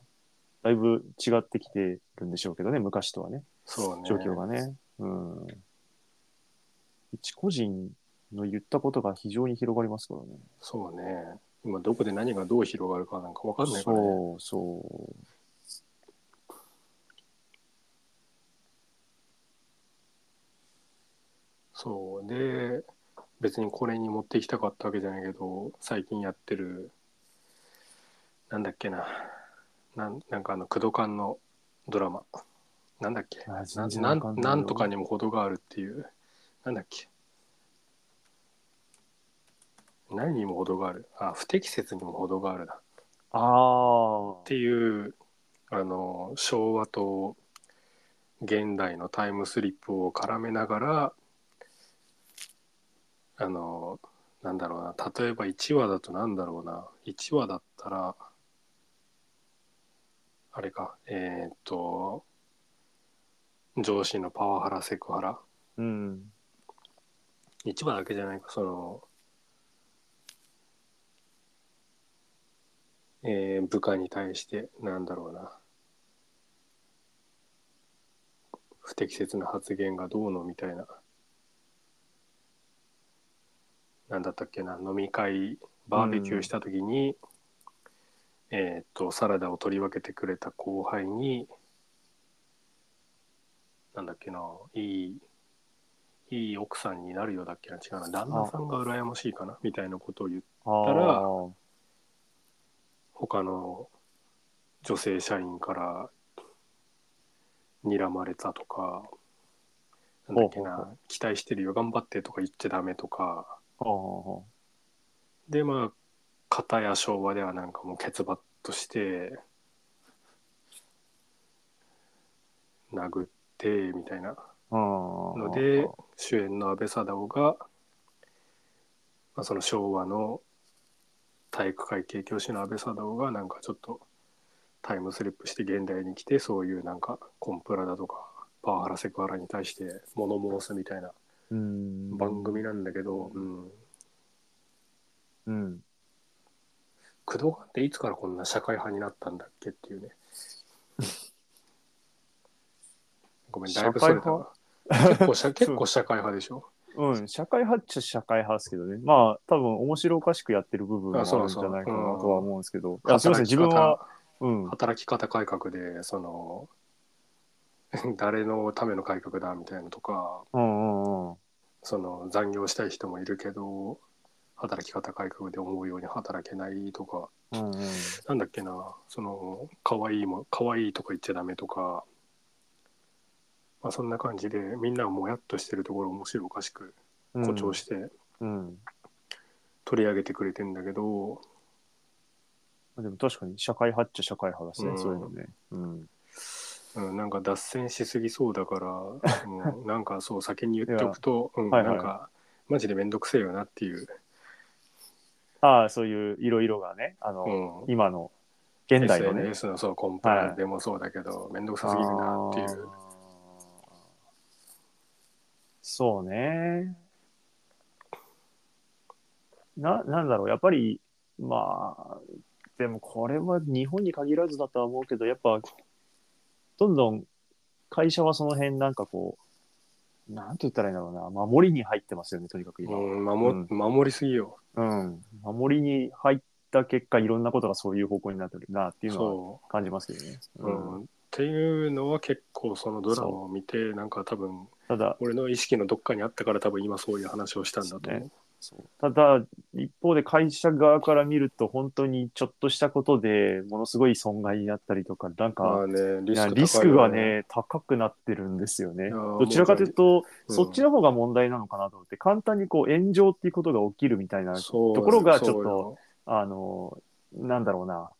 Speaker 2: だいぶ違ってきてるんでしょうけどね、昔とはね。
Speaker 1: そうね
Speaker 2: 状況がね。うん。一個人の言ったことが非常に広がりますからね。
Speaker 1: そうね今どこで何がどう広がるかなんかわかんないからね
Speaker 2: そう、そう。
Speaker 1: そうで別にこれに持ってきたかったわけじゃないけど最近やってるなんだっけななんなんかあの工藤館のドラマなんだっけ
Speaker 2: あ
Speaker 1: な
Speaker 2: 全然
Speaker 1: な
Speaker 2: わかん
Speaker 1: ん
Speaker 2: ない
Speaker 1: なんとかにも程があるっていうなんだっけ何にも程があるあ不適切にも程があるだ
Speaker 2: ああ
Speaker 1: っ。ていうあの昭和と現代のタイムスリップを絡めながらあのなんだろうな例えば1話だとなんだろうな1話だったらあれかえーっと上司のパワハラセクハラ
Speaker 2: うん。
Speaker 1: 一話だけじゃないかその、えー部下に対してなんだろうな不適切な発言がどうのみたいななんだったっけな飲み会バーベキューした時に、えーっとサラダを取り分けてくれた後輩になんだっけないいいい奥さんになるよだっけな違うな旦那さんが羨ましいかなみたいなことを言う
Speaker 2: あ
Speaker 1: たら
Speaker 2: ー
Speaker 1: 他の女性社員から睨まれたとかなんだっけ
Speaker 2: ほうほう
Speaker 1: な期待してるよ頑張ってとか言っちゃダメとか
Speaker 2: あー。
Speaker 1: でまあ片や昭和ではなんかもうケツバッとして殴ってみたいな
Speaker 2: ああ。
Speaker 1: ので主演の阿部サダヲが、まあ、その昭和の体育会系教師の阿部サダヲがなんかちょっとタイムスリップして現代に来てそういうなんかコンプラだとかパワハラセクハラに対して物申すみたいな
Speaker 2: うん。
Speaker 1: 番。組なんだけど、うん、
Speaker 2: うん。
Speaker 1: 工藤館っていつからこんな社会派になったんだっけって いうね。ごめん、だいぶそれたわ 結構社結構社会派でしょ。
Speaker 2: うん。社会派っちゃ社会派ですけどね。まあ、多分面白おかしくやってる部分もあるんじゃないかなとは思うんですけど。いやすみません、自分は。うん。
Speaker 1: 働き方改革でその 誰のための改革だみたいなのとか
Speaker 2: うんうんうん。
Speaker 1: その残業したい人もいるけど働き方改革で思うように働けないとか
Speaker 2: うんうん。
Speaker 1: なんだっけなその可愛いも可愛いとか言っちゃダメとか、まあ、そんな感じでみんながもやっとしてるところを面白おかしく誇張して
Speaker 2: うん。
Speaker 1: 取り上げてくれてんだけど、
Speaker 2: でも確かに社会派っちゃ社会派ですね、
Speaker 1: うん
Speaker 2: そういうのね。うん。
Speaker 1: うん、なんか脱線しすぎそうだ から、もうなんかそう先に言っておくと、うん、
Speaker 2: はいはい
Speaker 1: なんかマジで面倒くせえよなっていう、
Speaker 2: ああ、そういういろいろがね、あの、
Speaker 1: うん、
Speaker 2: 今の、現代のね。
Speaker 1: SNS のそうコンプラでもそうだけど、面倒くさすぎるなってい
Speaker 2: あー
Speaker 1: う
Speaker 2: そうね。な、なんだろう、やっぱり、まあ、でもこれは日本に限らずだとは思うけど、やっぱ、どんどん会社はその辺なんかこう、なんて言ったらいいんだろうな、守りに入ってますよね、とにかく今は。
Speaker 1: うん守守りすぎよ、
Speaker 2: うん、守りに入った結果いろんなことがそういう方向になってるなっていうのは
Speaker 1: そ
Speaker 2: 感じますけどね。
Speaker 1: う、
Speaker 2: う
Speaker 1: うんん、っていうのは結構そのドラマを見てなんか多分
Speaker 2: ただ
Speaker 1: 俺の意識のどっかにあったから多分今そういう話をしたんだと思う、
Speaker 2: ねそうただ、一方で会社側から見ると、本当にちょっとしたことでものすごい損害になったりとか、なん
Speaker 1: ま
Speaker 2: か、
Speaker 1: あね、
Speaker 2: い
Speaker 1: リス
Speaker 2: や
Speaker 1: ク高いよ、
Speaker 2: リスクがね、高くなってるんですよ
Speaker 1: い
Speaker 2: ね。
Speaker 1: やー
Speaker 2: どちらかというと、
Speaker 1: うん
Speaker 2: そっちの方が問題なのかなと思って、簡単にこう炎上っていうことが起きるみたいな、
Speaker 1: そうな
Speaker 2: と
Speaker 1: んだよ、
Speaker 2: ころがちょ
Speaker 1: そう
Speaker 2: っと
Speaker 1: よ
Speaker 2: あの、なんだろうな、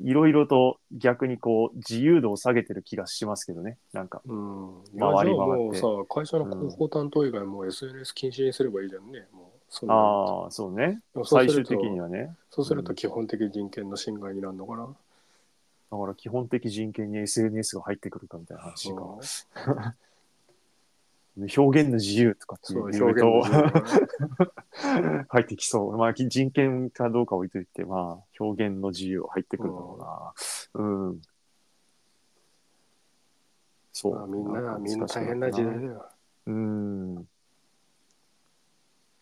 Speaker 2: いろいろと逆にこう、自由度を下げてる気がしますけどね、なんか。
Speaker 1: うん、
Speaker 2: り
Speaker 1: いやじゃあ
Speaker 2: 回
Speaker 1: も
Speaker 2: っ
Speaker 1: う
Speaker 2: て
Speaker 1: さ会社の広報担当以外もう SNS 禁止にすればいいじゃんねもうそんなの
Speaker 2: ああ、そうね。
Speaker 1: でもそう
Speaker 2: 最
Speaker 1: す
Speaker 2: 終
Speaker 1: ると
Speaker 2: 的にはね。
Speaker 1: そうすると基本的人権の侵害になるのかな、
Speaker 2: だから基本的人権に SNS が入ってくるかみたいな話が。
Speaker 1: そう
Speaker 2: 表現の自由とかってい
Speaker 1: そう
Speaker 2: うい
Speaker 1: 表
Speaker 2: ろい
Speaker 1: 現の
Speaker 2: ろ
Speaker 1: 自
Speaker 2: と
Speaker 1: 由だな
Speaker 2: 入ってきそう。まあ人権かどうか置いといて、まあ表現の自由は入ってくるだろうな。うん。そ
Speaker 1: まあ
Speaker 2: う。
Speaker 1: みんな
Speaker 2: か
Speaker 1: みんな
Speaker 2: 難しく
Speaker 1: 大
Speaker 2: る
Speaker 1: 変な時代だよ
Speaker 2: うん。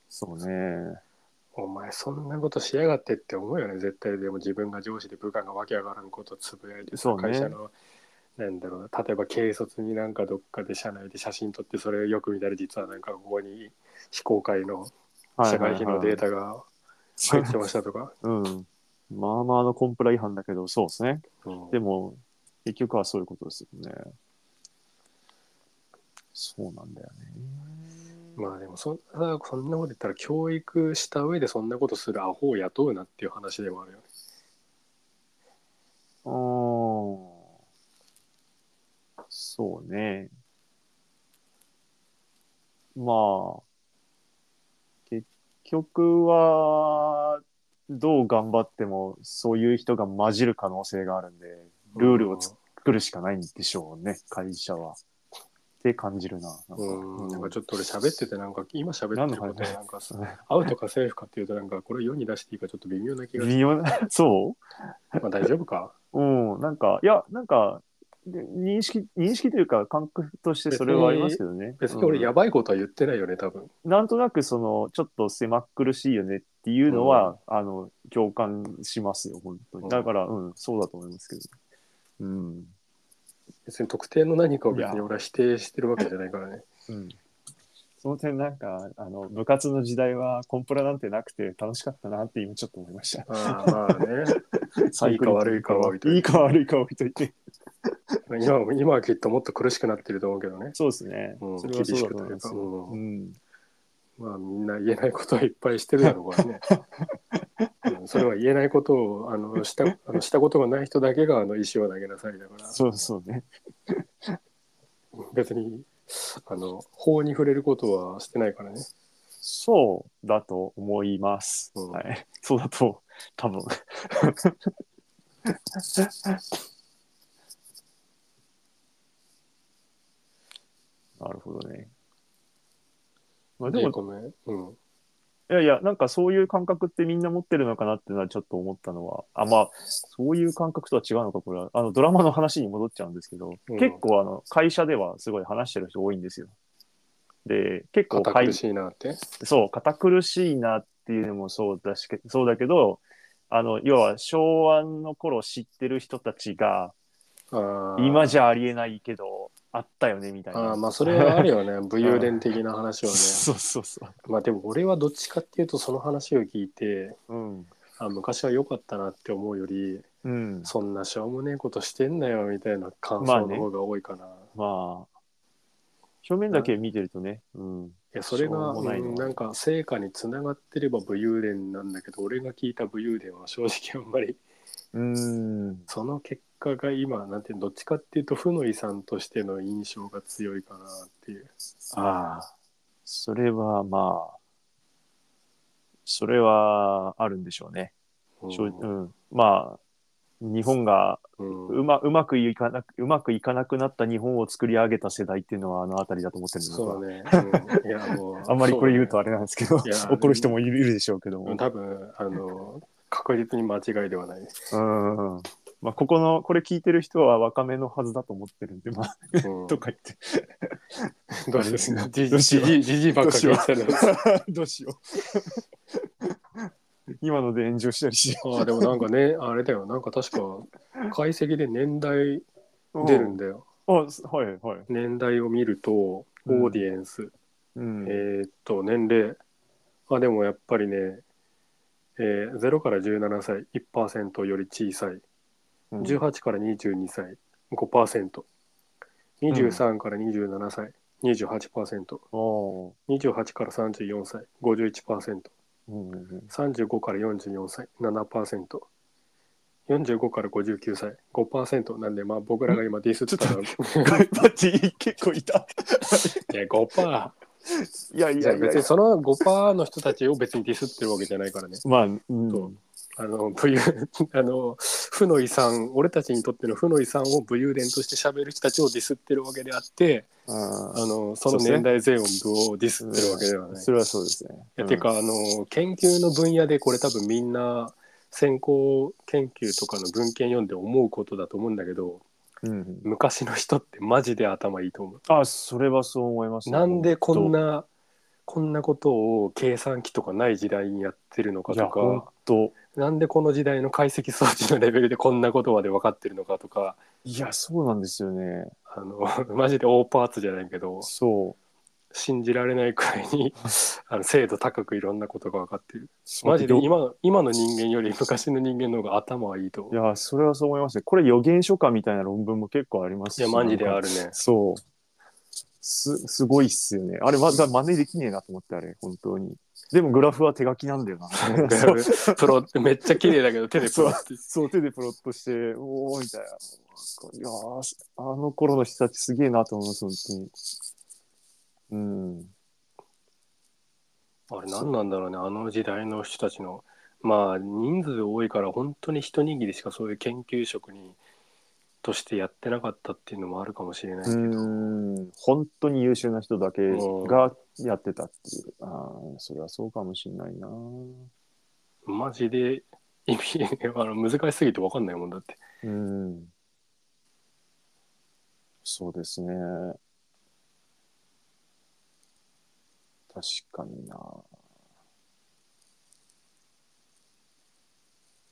Speaker 2: そうね。
Speaker 1: お前そんなことしやがってって思うよね絶対でも自分が上司で部下がわけ上がらんことつぶやいてさ
Speaker 2: そうね
Speaker 1: 会社のなんだろう例えば軽率になんかどっかで社内で写真撮ってそれよく見たら実はなんかここに非公開の社会費のデータが入ってましたとか、
Speaker 2: うん。まあまあのコンプラ違反だけど、そうですね。
Speaker 1: うん
Speaker 2: でも、結局はそういうことですよね。そうなんだよね。
Speaker 1: まあでもそんなそんなこと言ったら教育した上でそんなことするアホを雇うなっていう話でもあるよね
Speaker 2: ああ。そうね。まあ、結局は、どう頑張っても、そういう人が混じる可能性があるんで、ルールをつ作るしかないんでしょうね、会社は。って感じるな。なんか
Speaker 1: うん、
Speaker 2: うん
Speaker 1: なんかちょっと俺喋っててなんか今喋ってること
Speaker 2: 何の話
Speaker 1: なんかさアウトかセーフかっていうとなんかこれ世に出していいかちょっと微妙な気がす
Speaker 2: 微妙な、 そ
Speaker 1: るまあ大丈夫か
Speaker 2: ううん、なんか、いや、なんか、で認識、認識というか、感覚としてそれはありますけどね。
Speaker 1: 別に俺やばいことは言ってないよね多分
Speaker 2: うんなんとなく、その、ちょっと狭っ苦しいよねっていうのは、あの、共感しますよ、本当
Speaker 1: うん
Speaker 2: に。だから、うん、そうだと思いますけど。うん。
Speaker 1: 別に特定の何かを別
Speaker 2: い
Speaker 1: に
Speaker 2: や
Speaker 1: 俺は否定してるわけじゃないからね
Speaker 2: うん。その点、なんか、あの、部活の時代はコンプラなんてなくて楽しかったなって今ちょっと思いま した。
Speaker 1: ああまあね
Speaker 2: 最高
Speaker 1: 悪いか は置いといて
Speaker 2: いいか悪いかは置いといて。
Speaker 1: 今は今はきっともっと苦しくなってると思うけどね、
Speaker 2: そうですね。
Speaker 1: うん、
Speaker 2: それ
Speaker 1: 厳
Speaker 2: はそう
Speaker 1: し
Speaker 2: だ
Speaker 1: く
Speaker 2: と
Speaker 1: と
Speaker 2: 思い
Speaker 1: いう
Speaker 2: ます
Speaker 1: か、
Speaker 2: よ。
Speaker 1: う、
Speaker 2: うんん。
Speaker 1: まあみんな言えないことはいっぱいしてるだろう からね、うん、それは言えないことをあのしたあのしたことがない人だけがあの石を投げなさいだから
Speaker 2: そうそうね。
Speaker 1: 別にあの法に触れることはしてないからね
Speaker 2: そうだと思います。
Speaker 1: うん
Speaker 2: はい。 そうだと、多分。 なるほどね。まあ、で
Speaker 1: で
Speaker 2: も、
Speaker 1: ごめん、うん、
Speaker 2: いやいや、なんかそういう感覚ってみんな持ってるのかなっていうのはちょっと思ったのは、あ、まあ、そういう感覚とは違うのか、これは。あの、ドラマの話に戻っちゃうんですけど、
Speaker 1: うん
Speaker 2: 結構あの、会社ではすごい話してる人多いんですよ。で、結構、
Speaker 1: 堅
Speaker 2: はい
Speaker 1: 苦しいなって、
Speaker 2: そう、堅苦しいなっていうのもそうだし、そうだけど、あの、要は昭和の頃知ってる人たちが、
Speaker 1: あー
Speaker 2: 今じゃありえないけど、あったよね、みたいな。
Speaker 1: あーまあそれはあるよ ね武勇伝的な話はね
Speaker 2: そうそうそ
Speaker 1: まあでも俺はどっちかっていうとその話を聞いて
Speaker 2: う。うん。
Speaker 1: あ昔は良かったなって思うより
Speaker 2: うん。
Speaker 1: そんなしょうもねえことしてんだよみたいな感
Speaker 2: まあ
Speaker 1: 想
Speaker 2: ね
Speaker 1: の方が多いかな、
Speaker 2: まあ、表面だけ見てるとね、うん。
Speaker 1: いやそれ
Speaker 2: しょ
Speaker 1: が
Speaker 2: う
Speaker 1: う
Speaker 2: もないね
Speaker 1: んなんか成果につながってれば武勇伝なんだけど俺が聞いた武勇伝は正直あんまり
Speaker 2: うん。
Speaker 1: その結果が今なんていうのどっちかっていうと負の遺産としての印象が強いかなっていう
Speaker 2: ああ、それはまあ、それはあるんでしょうね。
Speaker 1: うん
Speaker 2: 正直うん、まあ、日本が
Speaker 1: うん
Speaker 2: うまうまくいかなくうまくいかなくなった日本を作り上げた世代っていうのはあの辺りだと思ってるんで
Speaker 1: そう
Speaker 2: 僕は
Speaker 1: だね、うん、いやもう
Speaker 2: あんまりこれ言うと
Speaker 1: そ
Speaker 2: あれなんですけど、
Speaker 1: いや
Speaker 2: 怒る人もいるいるでしょうけど
Speaker 1: うだ
Speaker 2: も
Speaker 1: ね、多分あの確実に間違いではないです、
Speaker 2: うんまあ、ここのこれ聞いてる人は若めのはずだと思ってるんで、まあ、
Speaker 1: うん
Speaker 2: とか言って
Speaker 1: どうす るじ
Speaker 2: どう
Speaker 1: じ
Speaker 2: しよう
Speaker 1: じじじばっかり言ってたの
Speaker 2: どうしよう 今ので炎上したりして
Speaker 1: ああでもなんかねあれだよなんか 確か解析で年代 出るんだよ、
Speaker 2: あはいはい、
Speaker 1: 年代を見ると
Speaker 2: うん
Speaker 1: オーディエンス、
Speaker 2: うん
Speaker 1: えーっと年齢あでもやっぱりね、えー0から17歳1%より小さい
Speaker 2: うん
Speaker 1: 18から22歳5%23 から27歳28%28
Speaker 2: おー
Speaker 1: から34歳51%
Speaker 2: うんうん うん
Speaker 1: 35から44歳 7%45 から59歳5%なんでまあ僕らが今ディスってたの
Speaker 2: ガチ結構いた。
Speaker 1: いや5%
Speaker 2: いやい
Speaker 1: じゃ
Speaker 2: や
Speaker 1: あ
Speaker 2: いや
Speaker 1: 別にその5%の人たちを別にディスってるわけじゃないからね
Speaker 2: まあ、うん
Speaker 1: そうあの武勇 あの負の遺産俺たちにとっての負の遺産を武勇伝として喋る人たちをディスってるわけであって
Speaker 2: あ
Speaker 1: あのその年代全音部をディスってるわけではない。
Speaker 2: それはそうですね。
Speaker 1: いやてかあの研究の分野でこれ多分みんな先行研究とかの文献読んで思うことだと思うんだけど
Speaker 2: うん、うん、
Speaker 1: 昔の人ってマジで頭いいと思う。
Speaker 2: あ、それはそう思います、
Speaker 1: なんでこんなこんなことを計算機とかない時代にやってるのか
Speaker 2: いや
Speaker 1: と
Speaker 2: 本
Speaker 1: か
Speaker 2: 当
Speaker 1: なんでこの時代の解析装置のレベルでこんなことまで分かってるのかとか
Speaker 2: いやそうなんですよね
Speaker 1: あの マジで大パーツじゃないけど
Speaker 2: そう
Speaker 1: 信じられないくらいにあの精度高くいろんなことが分かってる
Speaker 2: そう
Speaker 1: マジで今の今の人間より昔の人間の方が頭はいいと思
Speaker 2: いうやそれはそう思いますねこれ予言書かみたいな論文も結構あります
Speaker 1: いやマジであ
Speaker 2: る
Speaker 1: るね
Speaker 2: そうすすごいっすよねあれまだ真似できねえなと思ってあれ本当にでもグラフは手書きなんだよ なそう
Speaker 1: プロめっちゃ綺麗だ けど手でプロって
Speaker 2: そう手でプロットしておおみたいないやーあの頃の人たちすげえなと思います本当にうん
Speaker 1: あれ何なんだろうねあの時代の人たちのまあ人数多いから本当に一握りしかそういう研究職にとしてやってなかったっていうのもあるかもしれないけ
Speaker 2: う
Speaker 1: ど、
Speaker 2: ん本当に優秀な人だけがやってたっていう、あーそれはそうかもしれないな
Speaker 1: マジで意味 あの難しすぎて分かんないもんだって
Speaker 2: うんそうですね確かにな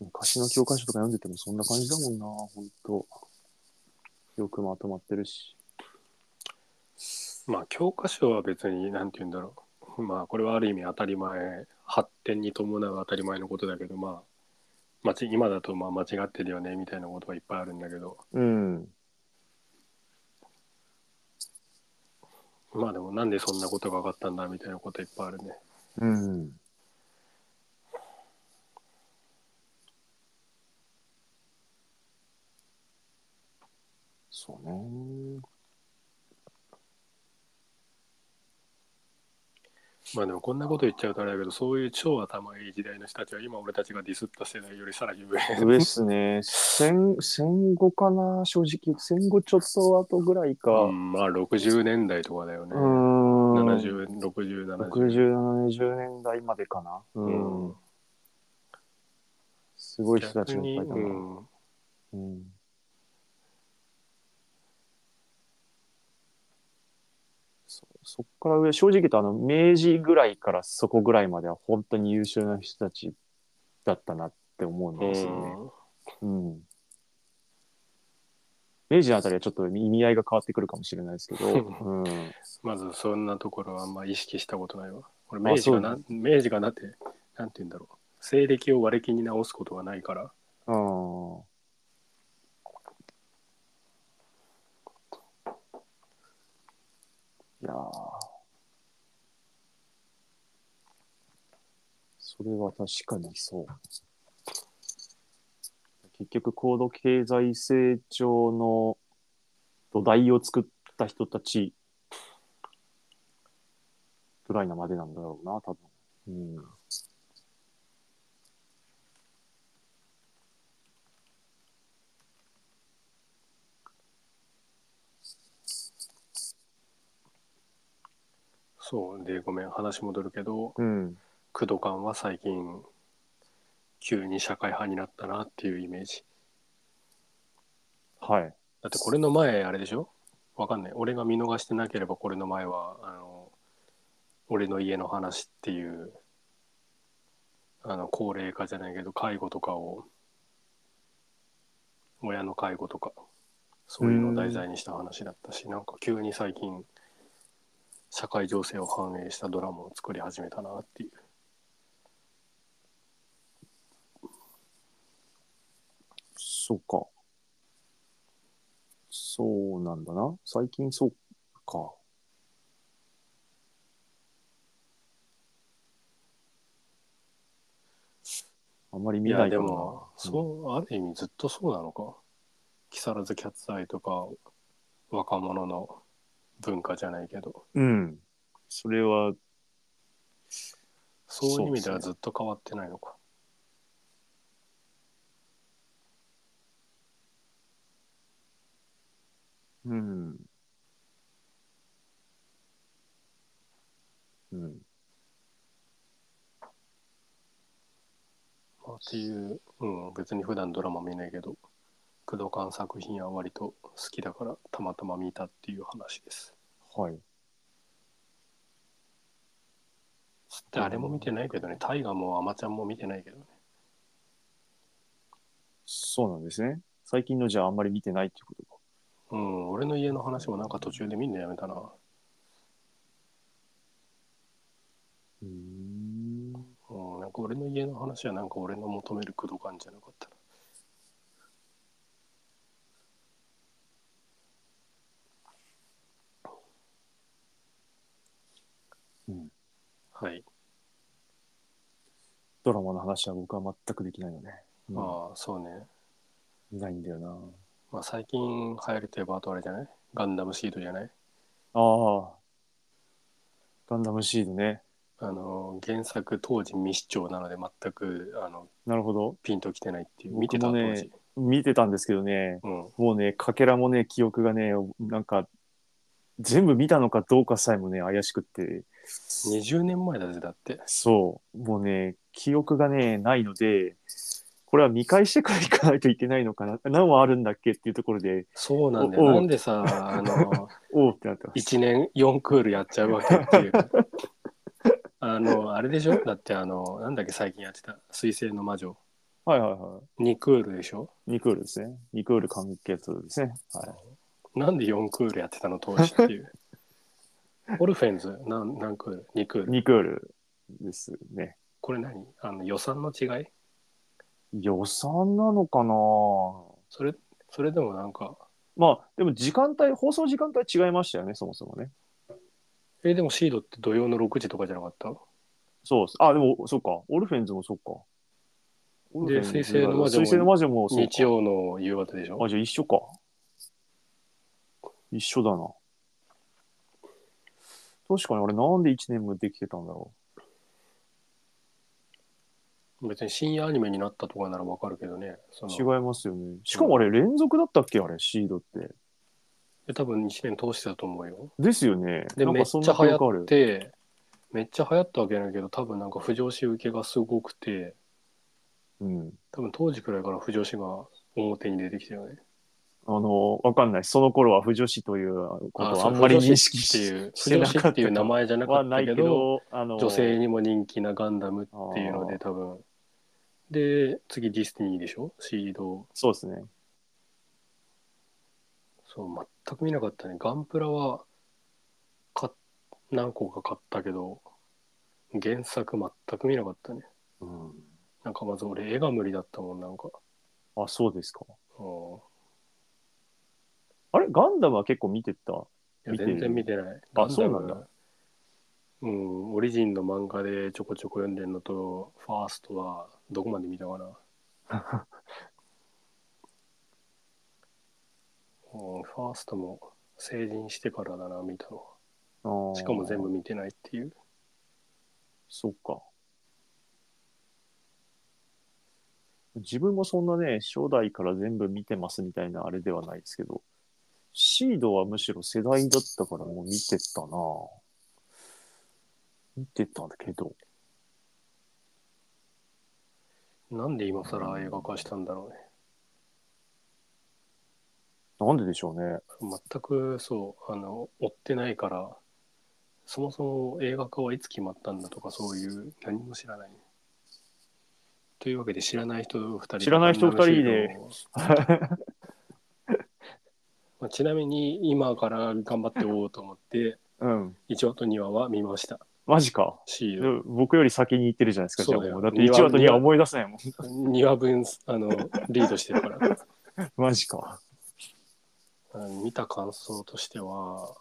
Speaker 2: 昔の教科書とか読んでてもそんな感じだもんな本当よくまとまってるし
Speaker 1: まあ教科書は別に何て言うんだろうまあこれはある意味当たり前発展に伴う当たり前のことだけどまあまち今だとまあ間違ってるよねみたいなことはいっぱいあるんだけど
Speaker 2: うん
Speaker 1: まあでもなんでそんなことが分かったんだみたいなこといっぱいあるね
Speaker 2: うんそうね。
Speaker 1: まあでもこんなこと言っちゃうとあれだけどそういう超頭いい時代の人たちは今俺たちがディスった世代よりさらに上
Speaker 2: 上ですね。戦戦後かな、正直。戦後ちょっと後ぐらいか。
Speaker 1: う
Speaker 2: う ん
Speaker 1: まあ60年代とかだよね、
Speaker 2: ーん。
Speaker 1: 706070
Speaker 2: 60、70年代までかな。うん。
Speaker 1: うん
Speaker 2: すごい人たち
Speaker 1: 逆
Speaker 2: がい
Speaker 1: に、
Speaker 2: っぱいいたな。
Speaker 1: うん、
Speaker 2: うんそそっから上、正直言うとあの明治ぐらいからそこぐらいまでは本当に優秀な人たちだったなって思うんですよね。うん明治のあたりはちょっと意味合いが変わってくるかもしれないです けど、うん、
Speaker 1: まずそんなところはあんま意識したことないわ俺
Speaker 2: あ
Speaker 1: 明治が
Speaker 2: そ
Speaker 1: な明治がなってなんて言うんだろう西暦を割れきに直すことがないから
Speaker 2: あーいやーそれは確かにそう。結局、高度経済成長の土台を作った人たちぐらいなまでなんだろうな、多分。うん
Speaker 1: そうでごめん話戻るけど
Speaker 2: うん。
Speaker 1: 工藤官は最近急に社会派になったなっていうイメージ
Speaker 2: はい。
Speaker 1: だってこれの前あれでしょわかんない俺が見逃してなければこれの前はあの俺の家の話っていうあの高齢化じゃないけど介護とかを親の介護とかそういうのを題材にした話だったしなんか急に最近社会情勢を反映したドラマを作り始めたなっていう
Speaker 2: そうか。そうなんだな。最近そうか。あんまり
Speaker 1: い
Speaker 2: 見な
Speaker 1: や
Speaker 2: い
Speaker 1: で
Speaker 2: かも
Speaker 1: も、そうある意味ずっとそうなのか木更津キャッツアイとか若者の文化じゃないけど
Speaker 2: な。うん。それは、
Speaker 1: そういう意味で
Speaker 2: そう
Speaker 1: は
Speaker 2: です
Speaker 1: ずっと変わってないのか
Speaker 2: うん。うん。
Speaker 1: まあっていう、うん、別に普段ドラマ見ないけど工藤館作品は割と好きだからたまたま見たっていう話です
Speaker 2: はい。
Speaker 1: 誰も見てないけどね大河もアマちゃんも見てないけどね
Speaker 2: そうなんですね。最近のじゃああんまり見てないっていうことか。
Speaker 1: うん俺の家の話もなんか途中で見るのやめたな
Speaker 2: うん。
Speaker 1: うん、なんか俺の家の話はなんか俺の求める工藤感じゃなかったな。
Speaker 2: うん
Speaker 1: はい。
Speaker 2: ドラマの話は僕は全くできないので、うん
Speaker 1: ああ、そうね。
Speaker 2: 見ないんだよな。
Speaker 1: まあ最近流行るといえばあとあれじゃないガンダムシードじゃない
Speaker 2: ああ。ガンダムシードね。
Speaker 1: あの、原作当時未視聴なので全くあの
Speaker 2: なるほど。
Speaker 1: ピンときてないっていう。
Speaker 2: 僕も
Speaker 1: 見てた当
Speaker 2: ね
Speaker 1: 時。
Speaker 2: 見てたんですけどね、
Speaker 1: うん。
Speaker 2: もうね、かけらもね、記憶がね、なんか、全部見たのかどうかさえもね、怪しくって、
Speaker 1: 20年前だぜ、だって。
Speaker 2: そう、もうね、記憶がね、ないので、これは見返してから行かないといけないのかな、何話あるんだっけっていうところで、
Speaker 1: そうなんだよ。
Speaker 2: おおう
Speaker 1: なんでさ、あの、
Speaker 2: おおってなってます。
Speaker 1: 1年4クールやっちゃうわけって いうあのあれでしょだってあのなんだっけ最近やってた「水星の魔女
Speaker 2: はいはいは」
Speaker 1: 2クールでしょ
Speaker 2: い。2クールですね。2クール完結ですね。は
Speaker 1: なんで4クールやってたの当時っていう オルフェンズ何何クール2クー
Speaker 2: い。
Speaker 1: ル
Speaker 2: 2クールですね。
Speaker 1: これ何あの予算の違い
Speaker 2: 予算なのかな
Speaker 1: それそれでもなんか
Speaker 2: まあ、でも時間帯、放送時間帯違いましたよね、そもそもね。
Speaker 1: えでもシードって土曜の6時とかじゃなかった
Speaker 2: そうっす。あ、でも、そうか。オルフェンズもそうか。オルフェンズ
Speaker 1: 水星の魔女も
Speaker 2: 水星の魔女もそうか。
Speaker 1: 日曜の夕方でしょ
Speaker 2: あ、じゃあ一緒か。一緒だな。確かに、あれ、なんで1年もできてたんだろ。
Speaker 1: 別に深夜アニメになったとかならわかるけどねそうの
Speaker 2: 違いますよね。しかもあれ、連続だったっけあれ、シードって。
Speaker 1: え多分1年通してだと思うよ
Speaker 2: ですよね。
Speaker 1: で
Speaker 2: なん
Speaker 1: めっ
Speaker 2: か
Speaker 1: ち
Speaker 2: そ
Speaker 1: ゃ
Speaker 2: ん
Speaker 1: 流
Speaker 2: な記憶あ
Speaker 1: 行っ
Speaker 2: る。
Speaker 1: てめっちゃ流行ったわけじゃないけど多分なんか不条子受けがすごくて
Speaker 2: うん。
Speaker 1: 多分当時くらいから不条子が表に出てきたよね。
Speaker 2: あの、わかんない。その頃は不女子ということ
Speaker 1: あ
Speaker 2: は
Speaker 1: そ
Speaker 2: あ
Speaker 1: うん
Speaker 2: まり
Speaker 1: 不女
Speaker 2: 認
Speaker 1: 子
Speaker 2: 識
Speaker 1: っていう
Speaker 2: し
Speaker 1: 不
Speaker 2: て
Speaker 1: 条
Speaker 2: なか
Speaker 1: 子
Speaker 2: っ
Speaker 1: っていう名
Speaker 2: た
Speaker 1: 前じゃなか
Speaker 2: は
Speaker 1: っ
Speaker 2: な
Speaker 1: た
Speaker 2: い
Speaker 1: け
Speaker 2: け
Speaker 1: ど
Speaker 2: ど、あの、
Speaker 1: 女性にも人気なガンダムっていうので多分で次ディスティニーでしょシード
Speaker 2: そうですね。
Speaker 1: そう全く見なかったねガンプラは買っ何個か買ったけど原作全く見なかったね
Speaker 2: うん
Speaker 1: なんかまず俺絵が無理だったもんなんか、
Speaker 2: あ、そうですか。
Speaker 1: うん
Speaker 2: あれガンダムは結構見てた。
Speaker 1: いや
Speaker 2: 見てる
Speaker 1: 全然見てない。
Speaker 2: あそうなんだ
Speaker 1: ガンダム。うん、オリジンの漫画でちょこちょこ読んでるのと、ファーストはどこまで見たかな。 うん、ファーストも成人してからだな、見たの
Speaker 2: あー
Speaker 1: は。しかも全部。見てないっていう。
Speaker 2: そっか。自分もそんなね、初代から全部見てますみたいなあれではないですけど、シードはむしろ世代だったからもう見てたな見てたんだけど。
Speaker 1: なんで今更映画化したんだろうね。
Speaker 2: なんででしょうね。
Speaker 1: 全くそう、あの、追ってないから、そもそも映画化はいつ決まったんだとか、そういう何も知らない。というわけで、知らない人2人
Speaker 2: 知らない人二人で。
Speaker 1: まあ、ちなみに、今から頑張っておうと思って、
Speaker 2: うん。
Speaker 1: 1話と2話は見ました。
Speaker 2: マジか。
Speaker 1: シ
Speaker 2: で
Speaker 1: ー
Speaker 2: 僕より先に行ってるじゃないですか、じゃあ
Speaker 1: そうだ
Speaker 2: も
Speaker 1: よ
Speaker 2: う。だって1話と2
Speaker 1: 二話
Speaker 2: 話思い出せないもん。
Speaker 1: ド。2話分、あの、リードしてるから。
Speaker 2: マジか。
Speaker 1: うん見た感想としては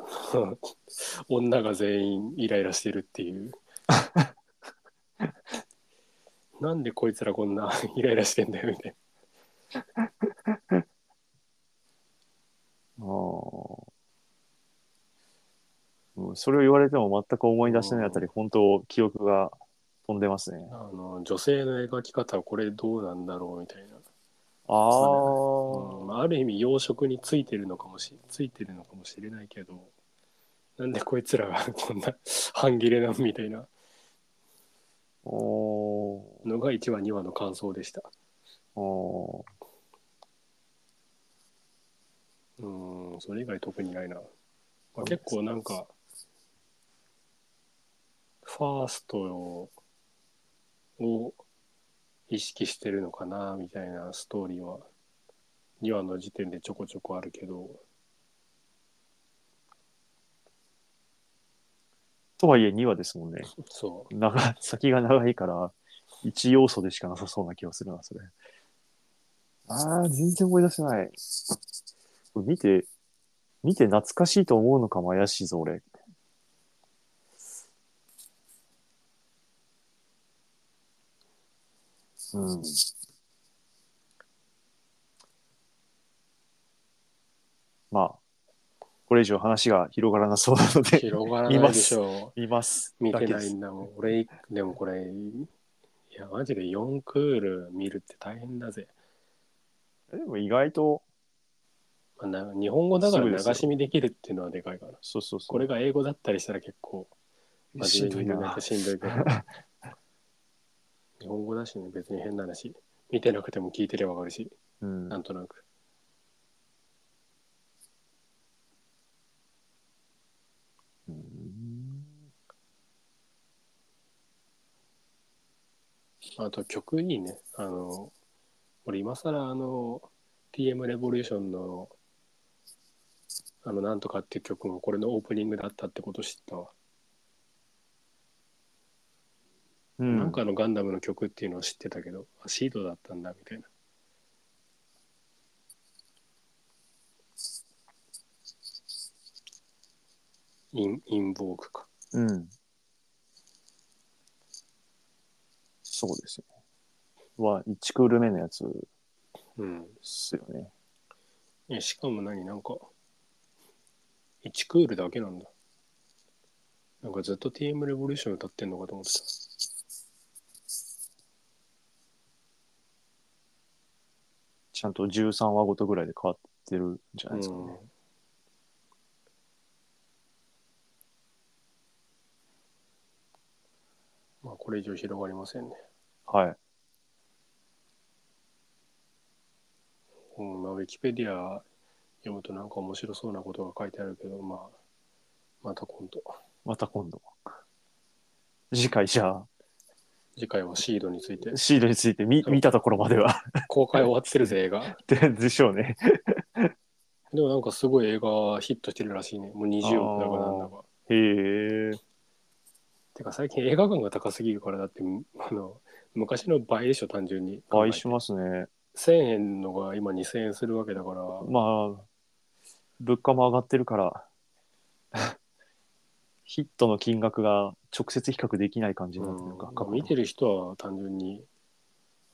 Speaker 1: 女が全員イライラしてるっていうなんでこいつらこんなイライラしてんだよみたい
Speaker 2: ああ。うんそれを言われても全く思い出してないあたり、本当、記憶が飛んでますね。
Speaker 1: なあの女性の描き方はこれどうなんだろうみたいな、
Speaker 2: あ
Speaker 1: うん
Speaker 2: あ。
Speaker 1: まあ、ある意味養殖についてるのかもしついてるのかもしれないけどなんでこいつらがこんな半切れなのみたいな
Speaker 2: お
Speaker 1: のが1話2話の感想でした。
Speaker 2: ーおー。
Speaker 1: うーん、それ以外特にないな。まあ、結構なんか、ファーストをを意識してるのかな、みたいなストーリーは、2話の時点でちょこちょこあるけど、
Speaker 2: とはいえ2話ですもんね。
Speaker 1: そう。
Speaker 2: 長先が長いから、一要素でしかなさそうな気がするな、それ。ああ、全然思い出せない。これ見て、見て懐かしいと思うのかも怪しいぞ、俺。うん。まあ、これ以上話が広がらなそうなので、
Speaker 1: 広がらないでしょ
Speaker 2: 見ます。
Speaker 1: う。見て
Speaker 2: だ
Speaker 1: な
Speaker 2: けで
Speaker 1: い
Speaker 2: す
Speaker 1: んだもん。俺、でもこれ、いや、マジで4クール見るって大変だぜ。
Speaker 2: でも意外と、
Speaker 1: まあな日本語だから
Speaker 2: すごい
Speaker 1: 流
Speaker 2: ですよ
Speaker 1: し見できるっていうのはでかいかな。
Speaker 2: そうそうそう。
Speaker 1: これが英語だったりしたら結構、
Speaker 2: しんどいな。
Speaker 1: んかしんどいけ ど。日本語だしね、別に変な話。見てなくても聞いてればわかるし、
Speaker 2: うん
Speaker 1: なんとなく。あと曲いいね。あの、俺今更あの、TM レボリューションの、あの、なんとかっていう曲もこれのオープニングだったってこと知ったわ。
Speaker 2: うん、
Speaker 1: なんかのガンダムの曲っていうのは知ってたけど、あシードだったんだみたいな。インインボークか。
Speaker 2: うん。そうですよね。は、1クール目のやつで
Speaker 1: うん。
Speaker 2: すよね。
Speaker 1: えしかも何なんか、1クールだけなんだ。なんかずっと TM レボリューション歌ってんのかと思ってた。
Speaker 2: ちゃんと13話ごとぐらいで変わってるんじゃないですかね。
Speaker 1: うんまあこれ以上広がりませんね。
Speaker 2: はい。
Speaker 1: うんまあ、ウィキペディア読むとなんか面白そうなことが書いてあるけど、まあ、また今度。
Speaker 2: また今度。次回じゃあ、
Speaker 1: 次回はシードについて。
Speaker 2: シードについて見見たところまでは
Speaker 1: 公開終わってるぜ、映画。
Speaker 2: ででしょうね。
Speaker 1: でもなんかすごい映画ヒットしてるらしいね。もう20億だかなんだか。
Speaker 2: へえ。
Speaker 1: てか最近映画館が高すぎるからだって、あの、昔の倍でしょ、単純に。
Speaker 2: 倍しますね。
Speaker 1: 1000円のが今2000円するわけだから、
Speaker 2: まあ、物価も上がってるから、 ヒットの金額が直接比較できない感じになってるか。
Speaker 1: うん、見てる人は単純に、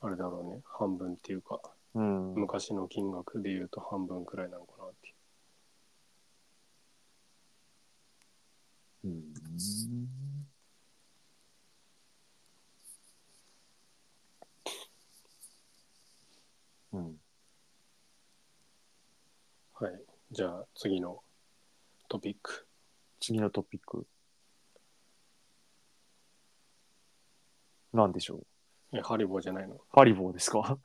Speaker 1: あれだろうね、半分っていうか、
Speaker 2: うん。
Speaker 1: 昔の金額で言うと半分くらいなのかなっていう。
Speaker 2: うんうん、
Speaker 1: はい。じゃあ次のトピック。
Speaker 2: 次のトピック。なんでしょう
Speaker 1: え、ハリボーじゃないの
Speaker 2: ハリボーで すか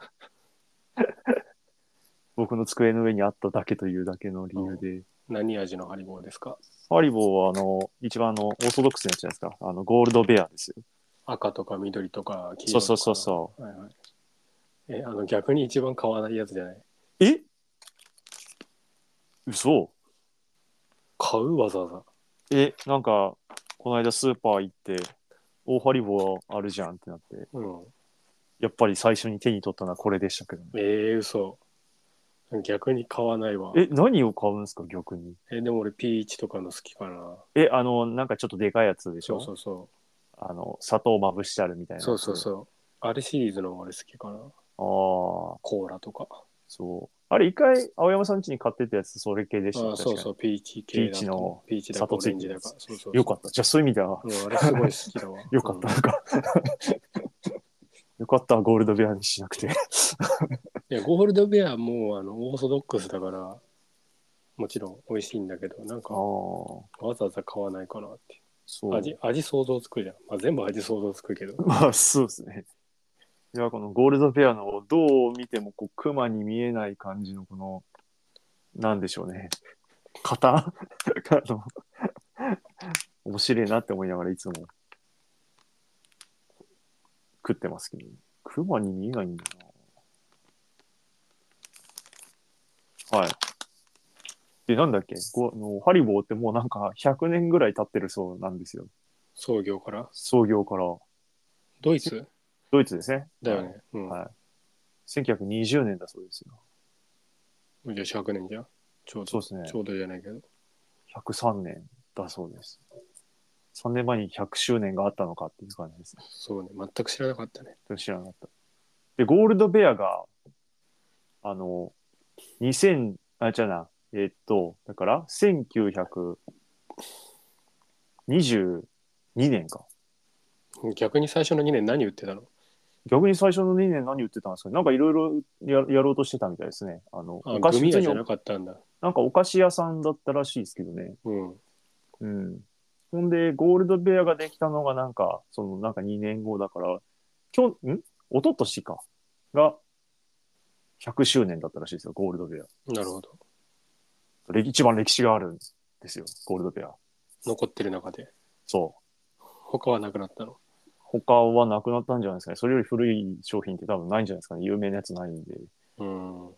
Speaker 2: 僕の机の上にあっただけというだけの理由で。
Speaker 1: 何味のハリボーですか
Speaker 2: ハリボーは、あの、一番あの、オーソドックスなやつじゃないですか。あの、ゴールドベアですよ。
Speaker 1: 赤とか緑とか黄
Speaker 2: そ
Speaker 1: 色とか。。
Speaker 2: うそうそうそう。
Speaker 1: はいはい。え、あの逆に一番買わないやつじゃないう
Speaker 2: え嘘
Speaker 1: 買うわざわ
Speaker 2: え、なんか、この間スーパー行って、大ハリボーあるじゃんってなって、
Speaker 1: ざ。うん。
Speaker 2: やっぱり最初に手に取ったのはこれでしたけどね。
Speaker 1: ええ嘘。逆に買わないわ。
Speaker 2: え、何を買うんですか、逆に。
Speaker 1: え、でも俺ピーチとかの好きかな。
Speaker 2: え、あの、なんかちょっとでかいやつでし
Speaker 1: そ
Speaker 2: ょ
Speaker 1: うそうそ。
Speaker 2: あの、砂糖まぶしてあるみたいうな。
Speaker 1: そうそうそう。あれシリーズの方が俺好きかな。
Speaker 2: う。ああ、
Speaker 1: コーラとか。
Speaker 2: そう。あれ、一回、青山さん家に買ってたやつ、それ系でした
Speaker 1: あ
Speaker 2: よ
Speaker 1: あ
Speaker 2: 確
Speaker 1: そう
Speaker 2: か
Speaker 1: そう、ピーチ系だ
Speaker 2: ピーチの
Speaker 1: ピーチだか
Speaker 2: 砂糖
Speaker 1: オ
Speaker 2: つい
Speaker 1: レ
Speaker 2: て
Speaker 1: ンジ
Speaker 2: るや
Speaker 1: だ
Speaker 2: つ
Speaker 1: か。そうそうそう
Speaker 2: に。よかった。じゃあ、そういう意味では、。
Speaker 1: うん、あれすごい好きだわ
Speaker 2: よかった。
Speaker 1: うん
Speaker 2: なんかよかった、ゴールドベアにしなくて。
Speaker 1: いや、ゴールドベアもうあのオーソドックスだから、もちろん美味しいんだけど、なん
Speaker 2: ああ
Speaker 1: か、わざわざ買わないかなって。
Speaker 2: そう。
Speaker 1: 味、味想像つくじゃん。まあ、全部味想像つくけど。
Speaker 2: まあそうですね。いや、このゴールドペアのをどう見てもこう、クマに見えない感じのこの、なんでしょうね。型 あの、面白いなって思いながらいつも食ってますけど、クマに見えないんだな。はい。で、なんだっけこうあのハリボーってもうなんか100年ぐらい経ってるそうなんですよ。
Speaker 1: 創業から。
Speaker 2: 創業から。
Speaker 1: ドイツ
Speaker 2: ドイツですね。
Speaker 1: だよね。うん。
Speaker 2: はい。1920年だそうですよ。
Speaker 1: じゃあ100年じゃん。ちょうど。
Speaker 2: そうですね
Speaker 1: ちょうどじゃないけど。
Speaker 2: 103年だそうです。3年前に100周年があったのかっていう感じですね。
Speaker 1: そうね。全く知らなかったね。
Speaker 2: それ知らなかった。で、ゴールドベアが、あの、2000、あ、じゃな、えっと、だから、1922年か。
Speaker 1: 逆に最初の2年何売ってたの
Speaker 2: 逆に最初の2年何売ってたんですかなんかいろいろややろうとしてたみたいですね。あの、
Speaker 1: あ
Speaker 2: お、菓
Speaker 1: グ
Speaker 2: 子、
Speaker 1: ミ屋
Speaker 2: 普通に
Speaker 1: じ
Speaker 2: お
Speaker 1: ゃなかったんだ。
Speaker 2: なんかお菓子屋さんだったらしいですけどね。
Speaker 1: うん。
Speaker 2: うん。ほんで、ゴールドベアができたのが、なんか、その、なんか2年後だから、きょん一昨年か、が、100周年だったらしいですよ、ゴールドベア。
Speaker 1: なるほど。
Speaker 2: それ一番歴史があるんですよ、ゴールドベア。
Speaker 1: 残ってる中で。
Speaker 2: そう。
Speaker 1: 他はなくなったの。
Speaker 2: 他はなくなったんじゃないですかね。それより古い商品って多分ないんじゃないですかね。有名なやつないんで。
Speaker 1: うん。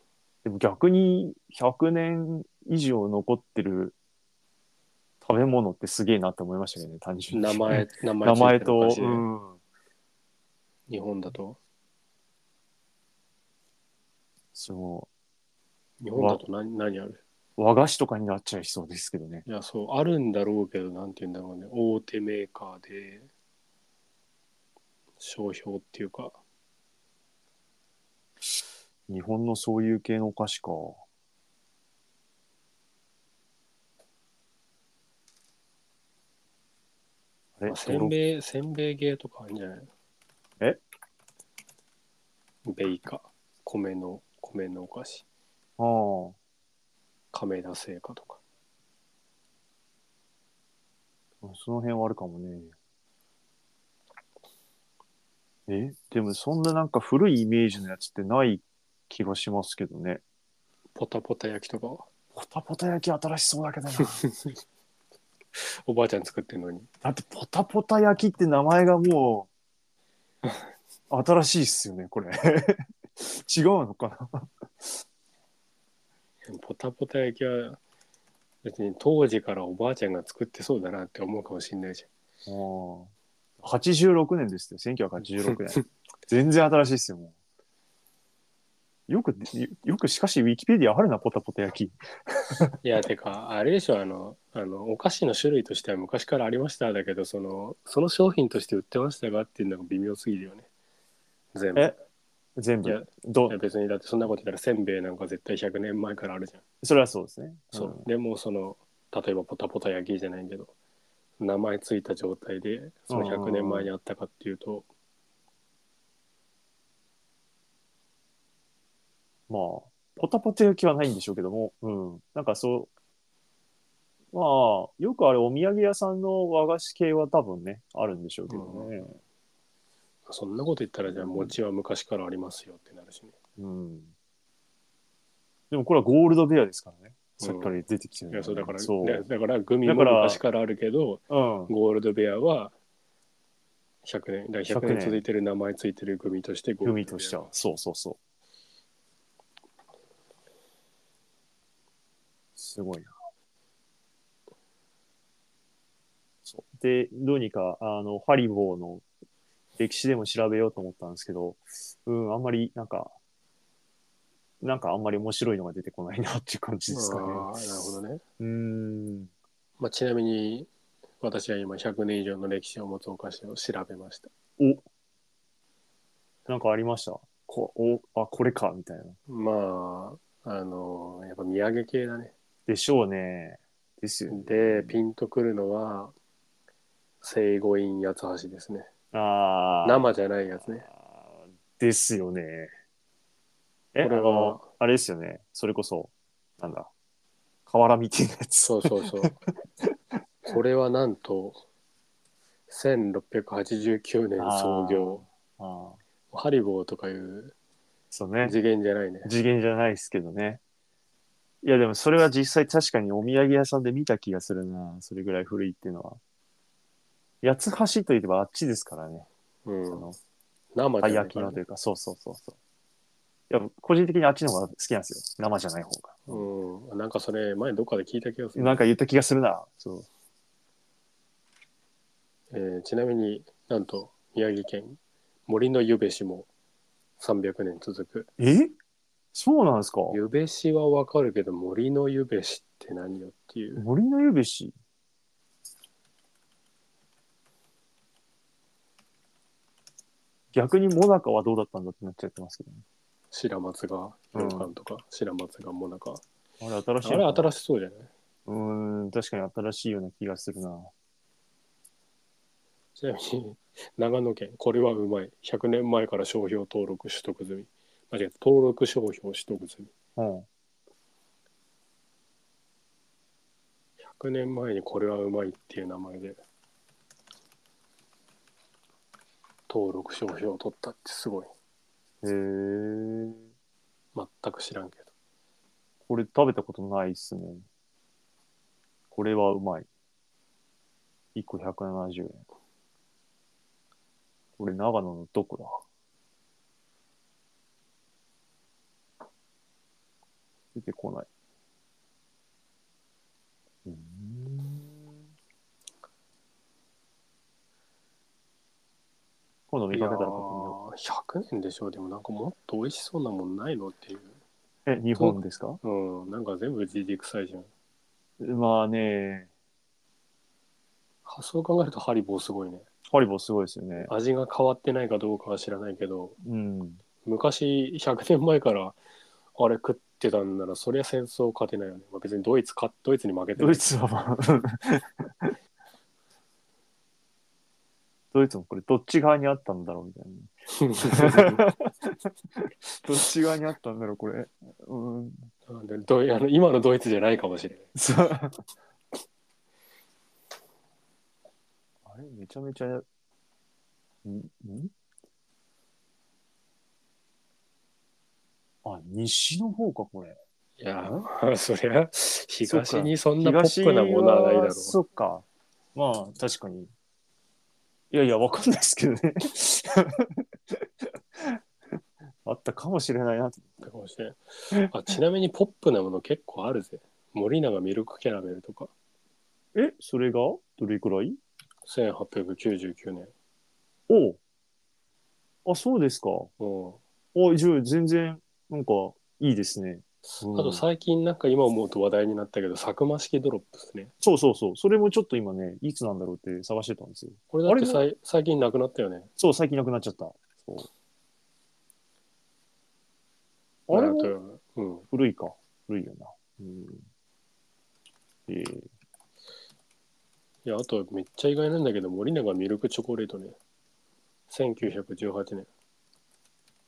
Speaker 2: でも逆に100年以上残ってる食べ物ってすげえなって思いましたけどね、単純に。
Speaker 1: 名 前、名前
Speaker 2: 名前
Speaker 1: ついてるの
Speaker 2: と
Speaker 1: か、しら
Speaker 2: うん。
Speaker 1: 日本だと。
Speaker 2: そう。
Speaker 1: 日本だと何何ある
Speaker 2: 和菓子とかになっちゃいそうですけどね。
Speaker 1: いや、そう、あるんだろうけど、なんて言うんだろうね。大手メーカーで、商標っていうか、
Speaker 2: 日本のそういう系のお菓子か。あれ
Speaker 1: まあ、せん
Speaker 2: どろ
Speaker 1: べい、せんべい系とかあるんじゃないの
Speaker 2: え
Speaker 1: ベイカ、米の、米のお菓子、
Speaker 2: ああ
Speaker 1: 亀田製菓とか。
Speaker 2: その辺はあるかもね。えでもそんななんか古いイメージのやつってない気がしますけどね。
Speaker 1: ポタポタ焼きとかは、
Speaker 2: ポタポタ焼き新しそうだけどな。
Speaker 1: おばあちゃん作ってるのに。
Speaker 2: だってポタポタ焼きって名前がもう新しいっすよねこれ 違うのかな
Speaker 1: ポタポタ焼きは、別に当時からおばあちゃんが作ってそうだなって思うかもしんないじ
Speaker 2: もう86年ですって1986年 全然新しいっすよもうよくよくしかしウィキペディアあるなポタポタ焼き
Speaker 1: ゃん。いや、てか、あれでしょ、あの、あの、お菓子の種類としては昔からありましただけど、その、その商品として売ってましたがっていうのが微妙すぎるよね。全部。
Speaker 2: え全
Speaker 1: いや
Speaker 2: 部ど
Speaker 1: いや別にだってそんなこと言ったらせんべいなんか絶対100年前からあるじゃん。
Speaker 2: それはそうですね
Speaker 1: そう。
Speaker 2: ん
Speaker 1: でもその例えばポタポタ焼きじゃないけど名前ついた状態でその100年前にあったかっていうと
Speaker 2: まあポタポタ焼きはないんでしょうけどもうんなんかそうまあよくあれお土産屋さんの和菓子系は多分ねあるんでしょうけどね、
Speaker 1: そんなこと言ったらじゃあ餅は昔からありますよってなるしね。
Speaker 2: うんでもこれはゴールドベアですからね。さっきから出てきてる、
Speaker 1: いやそうだから
Speaker 2: そう。
Speaker 1: だだからグミも
Speaker 2: だから
Speaker 1: 昔からあるけど
Speaker 2: うん。
Speaker 1: ゴールドベアは100年だから
Speaker 2: 100
Speaker 1: 100
Speaker 2: 年
Speaker 1: 年続いてる名前ついてるグミとしてゴー
Speaker 2: グ
Speaker 1: ル
Speaker 2: ミ
Speaker 1: ド
Speaker 2: と
Speaker 1: ベ
Speaker 2: して
Speaker 1: ア
Speaker 2: は。そうそうそう。すごいな。そうで、どうにか、あの、ハリボーの歴史でも調べようと思ったんですけど、うん、あんまり、なんか、なんかあんまり面白いのが出てこないなっていう感じですかね。
Speaker 1: あーなるほどね。
Speaker 2: うーん。
Speaker 1: まあ、ちなみに私は今100年以上の歴史を持つお菓子を調べました。
Speaker 2: なんかありましたこおあ、これか、みたいな。
Speaker 1: まあ、あの、やっぱ土産系だね。
Speaker 2: でしょうね。ですよね。
Speaker 1: で、ピンとくるのは、聖護院八つ橋ですね。
Speaker 2: ああ。
Speaker 1: 生じゃないやつね。
Speaker 2: あーですよね。え、あ
Speaker 1: これは
Speaker 2: の、あれですよね。それこそ、なんだ。瓦みたいなやつ。
Speaker 1: そうそう そう。これはなんと、1689年創業。
Speaker 2: あー
Speaker 1: ハリボーとかいう
Speaker 2: そうね。
Speaker 1: 次元じゃないね。
Speaker 2: 次元じゃないですけどね。いや、でもそれは実際確かにお土産屋さんで見た気がするな。それぐらい古いっていうのは。八つ橋といえばあっちですからね。
Speaker 1: う
Speaker 2: そ
Speaker 1: ん。
Speaker 2: の、
Speaker 1: 生
Speaker 2: た
Speaker 1: じ
Speaker 2: い
Speaker 1: ゃない
Speaker 2: 焼き
Speaker 1: か
Speaker 2: の
Speaker 1: ら
Speaker 2: と
Speaker 1: ね
Speaker 2: いうか、そうそうそうそう。いや、個人的にあっちの方が好きなんですよ。生じゃない方が。
Speaker 1: うん。なんかそれ、前どっかで聞いた気がする。
Speaker 2: なんか言った気がするな。そう。
Speaker 1: えーちなみになんと宮城県森のゆべしも300年続く
Speaker 2: えそうなんですか
Speaker 1: ゆべしはわかるけど森のゆべしって何よっていう
Speaker 2: 森のゆべし逆にモナカはどうだったんだってなっちゃってますけどね。
Speaker 1: 白松が
Speaker 2: うん
Speaker 1: 洋館とか、白松がもなか
Speaker 2: あれ新しい
Speaker 1: あれ
Speaker 2: のかな
Speaker 1: 新しそうじゃないう
Speaker 2: ーん、確かに新しいような気がするな。
Speaker 1: ちなみに長野県これはうまい100年前から商標登録取得済み間違えた登録商標取得済み
Speaker 2: うん。
Speaker 1: 100年前にこれはうまいっていう名前で登録商標を取ったってすごい
Speaker 2: へえ。
Speaker 1: 全く知らんけど
Speaker 2: これ食べたことないっすね。これはうまい。1個170円。これ長野のどこだ出てこない。うーん今度見かけたら買ってみよ
Speaker 1: いやー100年でしょでもなんかもっと美味しそうなもんないのっていう
Speaker 2: う。え、日本ですか
Speaker 1: うんなんか全部じじくさいじゃん
Speaker 2: まあね、
Speaker 1: 発想考えるとハリボーすごいね
Speaker 2: ハリボーすごいですよね。
Speaker 1: 味が変わってないかどうかは知らないけど
Speaker 2: うん。
Speaker 1: 昔100年前からあれ食ってたんならそりゃ戦争勝てないよね、まあ、別にドイツかドイツに負けて
Speaker 2: ド
Speaker 1: ない
Speaker 2: イツはまあ ドイツもこれどっち側にあったんだろうみたいな。どっち側にあったんだろうこれ。 うん。
Speaker 1: なん でどいあの今のドイツじゃないかもしれない
Speaker 2: そうあれめちゃめちゃ。んんあ、西の方かこれ。
Speaker 1: いや ーそりゃ東にそんなポップなものはないだろう
Speaker 2: そっか。まあ、確かに。いやいや、わかんないですけどね。 あったかもしれないな。
Speaker 1: かもしれんあちなみにポップなもの結構あるぜ森永ミルクキャラメルとか
Speaker 2: え、それがどれくらい
Speaker 1: 1899年
Speaker 2: おうあ、そうですか。
Speaker 1: うん
Speaker 2: あ、じゃあ全然、なんか、いいですね。うん
Speaker 1: あと最近なんか今思うと話題になったけどサクマ式ドロップスね
Speaker 2: そうそうそう。それもちょっと今ね、いつなんだろうって探してたんですよ。
Speaker 1: これだって
Speaker 2: あ
Speaker 1: さい最近なくなったよね
Speaker 2: そう、最近なくなっちゃった。そうあれ
Speaker 1: あ
Speaker 2: も
Speaker 1: とうん
Speaker 2: 古いか。古いよな。うん。えー
Speaker 1: いやあとめっちゃ意外なんだけど森永ミルクチョコレートね1918年